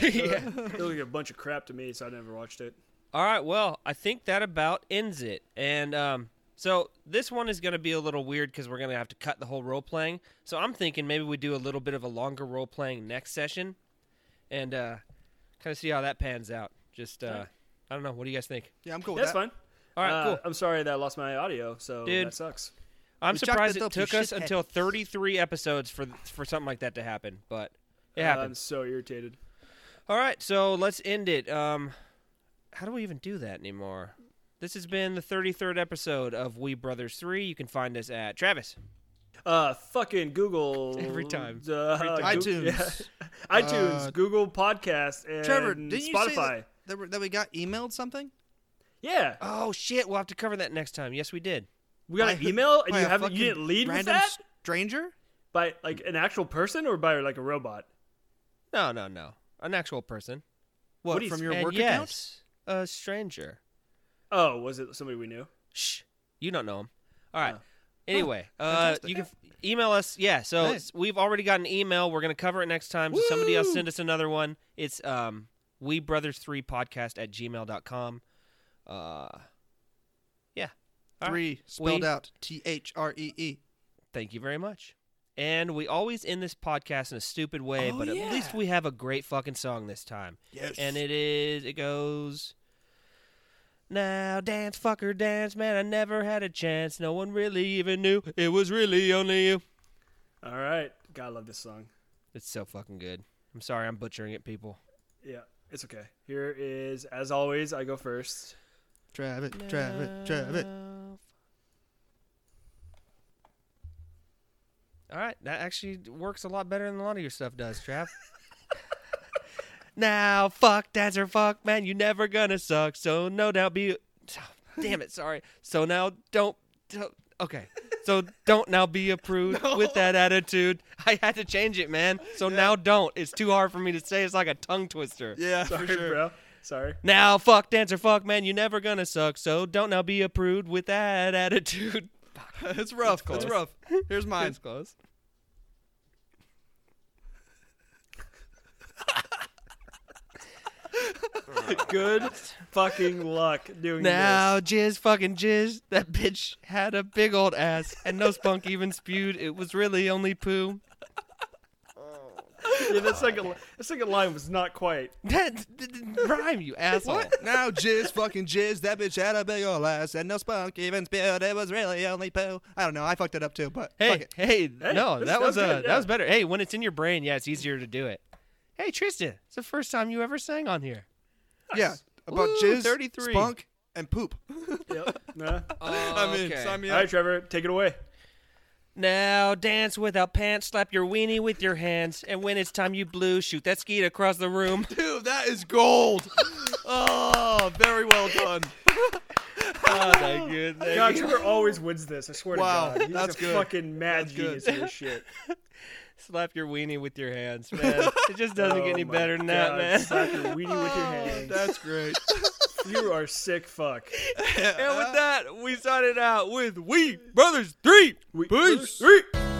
[SPEAKER 1] yeah.
[SPEAKER 2] It looked like a bunch of crap to me, so I never watched it.
[SPEAKER 1] All right, well, I think that about ends it. And um, so this one is going to be a little weird because we're going to have to cut the whole role playing. So I'm thinking maybe we do a little bit of a longer role playing next session, and uh, kind of see how that pans out. Just uh, I don't know. What do you guys think?
[SPEAKER 3] Yeah, I'm cool with
[SPEAKER 2] That's
[SPEAKER 3] that.
[SPEAKER 2] fine.
[SPEAKER 1] All right,
[SPEAKER 2] Uh,
[SPEAKER 1] cool.
[SPEAKER 2] I'm sorry that I lost my audio, so
[SPEAKER 1] Dude.
[SPEAKER 2] that sucks.
[SPEAKER 1] I'm
[SPEAKER 3] We jacked
[SPEAKER 1] surprised
[SPEAKER 3] it
[SPEAKER 1] it
[SPEAKER 3] up, you
[SPEAKER 1] took us
[SPEAKER 3] shithead.
[SPEAKER 1] until 33 episodes for for something like that to happen, but it
[SPEAKER 2] I'm
[SPEAKER 1] happens.
[SPEAKER 2] so irritated.
[SPEAKER 1] All right, so let's end it. Um, how do we even do that anymore? This has been the 33rd episode of We Brothers 3. You can find us at Travis.
[SPEAKER 2] Uh, fucking Google
[SPEAKER 1] Every time.
[SPEAKER 2] Uh,
[SPEAKER 3] iTunes.
[SPEAKER 2] yeah. iTunes,
[SPEAKER 3] Uh,
[SPEAKER 2] Google Podcast, and
[SPEAKER 3] Trevor, did you
[SPEAKER 2] Spotify.
[SPEAKER 3] say that, that, we- that we got emailed something?
[SPEAKER 2] Yeah,
[SPEAKER 1] Oh shit, we'll have to cover that next time. Yes, we did.
[SPEAKER 2] we got
[SPEAKER 3] By
[SPEAKER 2] an
[SPEAKER 3] who-
[SPEAKER 2] email, and
[SPEAKER 3] by
[SPEAKER 2] you
[SPEAKER 3] a
[SPEAKER 2] haven't you
[SPEAKER 3] fucking
[SPEAKER 2] didn't lead with
[SPEAKER 3] random
[SPEAKER 2] that
[SPEAKER 3] stranger.
[SPEAKER 2] by like an actual person or by like a robot.
[SPEAKER 1] No, no, no. An actual person.
[SPEAKER 3] What,
[SPEAKER 2] do you
[SPEAKER 3] from
[SPEAKER 2] s-
[SPEAKER 3] your
[SPEAKER 1] and
[SPEAKER 3] work account?
[SPEAKER 1] yes, a stranger.
[SPEAKER 2] Oh, was it somebody we knew?
[SPEAKER 1] Shh, you don't know him. All right.
[SPEAKER 2] Oh.
[SPEAKER 1] Anyway, uh,
[SPEAKER 3] fantastic.
[SPEAKER 1] you can f- email us. Yeah, so
[SPEAKER 3] Nice.
[SPEAKER 1] s- we've already got an email. We're gonna cover it next time. So somebody else send us another one. It's um, we brothers three podcast at gmail.com. Uh, yeah. All right.
[SPEAKER 3] Three spelled
[SPEAKER 1] We-
[SPEAKER 3] out T H R E E.
[SPEAKER 1] Thank you very much. And we always end this podcast in a stupid way,
[SPEAKER 5] Oh,
[SPEAKER 1] but
[SPEAKER 5] yeah.
[SPEAKER 1] at least we have a great fucking song this time.
[SPEAKER 5] Yes.
[SPEAKER 1] And it is, it goes. Now dance, fucker, dance, man. I never had a chance. No one really even knew it was really only you.
[SPEAKER 2] All right, gotta love this song.
[SPEAKER 1] It's so fucking good. I'm sorry, I'm butchering it, people.
[SPEAKER 2] Yeah, it's okay. Here is, as always, I go first.
[SPEAKER 3] Drive it, drive it, drive it.
[SPEAKER 1] All right, that actually works a lot better than a lot of your stuff does, Trav. now, fuck dancer, fuck man, you never gonna suck. So no doubt be. Damn it, sorry. So now don't, don't okay. So don't now be approved with that attitude. I had to change it, man. So now don't. It's too hard for me to say. It's like a tongue twister.
[SPEAKER 3] Yeah,
[SPEAKER 2] Sorry,
[SPEAKER 3] for sure.
[SPEAKER 2] bro. Sorry.
[SPEAKER 1] Now fuck dancer, fuck man, you never gonna suck. So don't now be approved with that attitude.
[SPEAKER 3] it's rough. It's,
[SPEAKER 1] close.
[SPEAKER 3] rough. Here's mine.
[SPEAKER 1] It's close.
[SPEAKER 2] Good fucking luck doing
[SPEAKER 1] Now jizz, fucking jizz. That bitch had a big old ass, and no spunk even spewed. It was really only poo.
[SPEAKER 2] this. Yeah, the second the second line was not quite.
[SPEAKER 1] That d- d- rhyme, you asshole.
[SPEAKER 3] now jizz, fucking jizz. That bitch had a big old ass and no spunk even spilled. It was really only poo. I don't know. I fucked it up too, but fuck
[SPEAKER 1] Hey,
[SPEAKER 3] it.
[SPEAKER 1] hey, no,
[SPEAKER 2] that's-
[SPEAKER 1] that was
[SPEAKER 2] that's
[SPEAKER 1] uh,
[SPEAKER 2] good, yeah.
[SPEAKER 1] that was better. Hey, when it's in your brain, yeah, it's easier to do it. Hey, Tristan, it's the first time you ever sang on here.
[SPEAKER 3] yeah, about
[SPEAKER 1] Woo,
[SPEAKER 3] jizz,
[SPEAKER 1] 33.
[SPEAKER 3] spunk, and poop.
[SPEAKER 2] Yep. Nah.
[SPEAKER 3] I mean, sign me
[SPEAKER 2] All
[SPEAKER 3] up.
[SPEAKER 2] right, Trevor, take it away.
[SPEAKER 1] Now dance without pants, slap your weenie with your hands, and when it's time you blew, shoot that skeet across the room.
[SPEAKER 3] Dude, that is gold. oh, very well done.
[SPEAKER 1] oh, thank you. thank
[SPEAKER 2] God,
[SPEAKER 1] you.
[SPEAKER 2] Trevor always wins this. I swear
[SPEAKER 3] Wow,
[SPEAKER 2] to God, he's
[SPEAKER 3] that's
[SPEAKER 2] a
[SPEAKER 3] good.
[SPEAKER 2] fucking mad
[SPEAKER 3] That's good.
[SPEAKER 2] genius at this shit.
[SPEAKER 1] Slap your weenie with your hands, man. It just doesn't
[SPEAKER 2] Oh
[SPEAKER 1] get any
[SPEAKER 2] my
[SPEAKER 1] better than
[SPEAKER 2] God,
[SPEAKER 1] that, man.
[SPEAKER 2] Slap your weenie with your hand.
[SPEAKER 3] That's great.
[SPEAKER 2] You are sick, fuck.
[SPEAKER 1] And with that, we started out with We Brothers 3.
[SPEAKER 2] We-
[SPEAKER 1] Peace.
[SPEAKER 2] Three.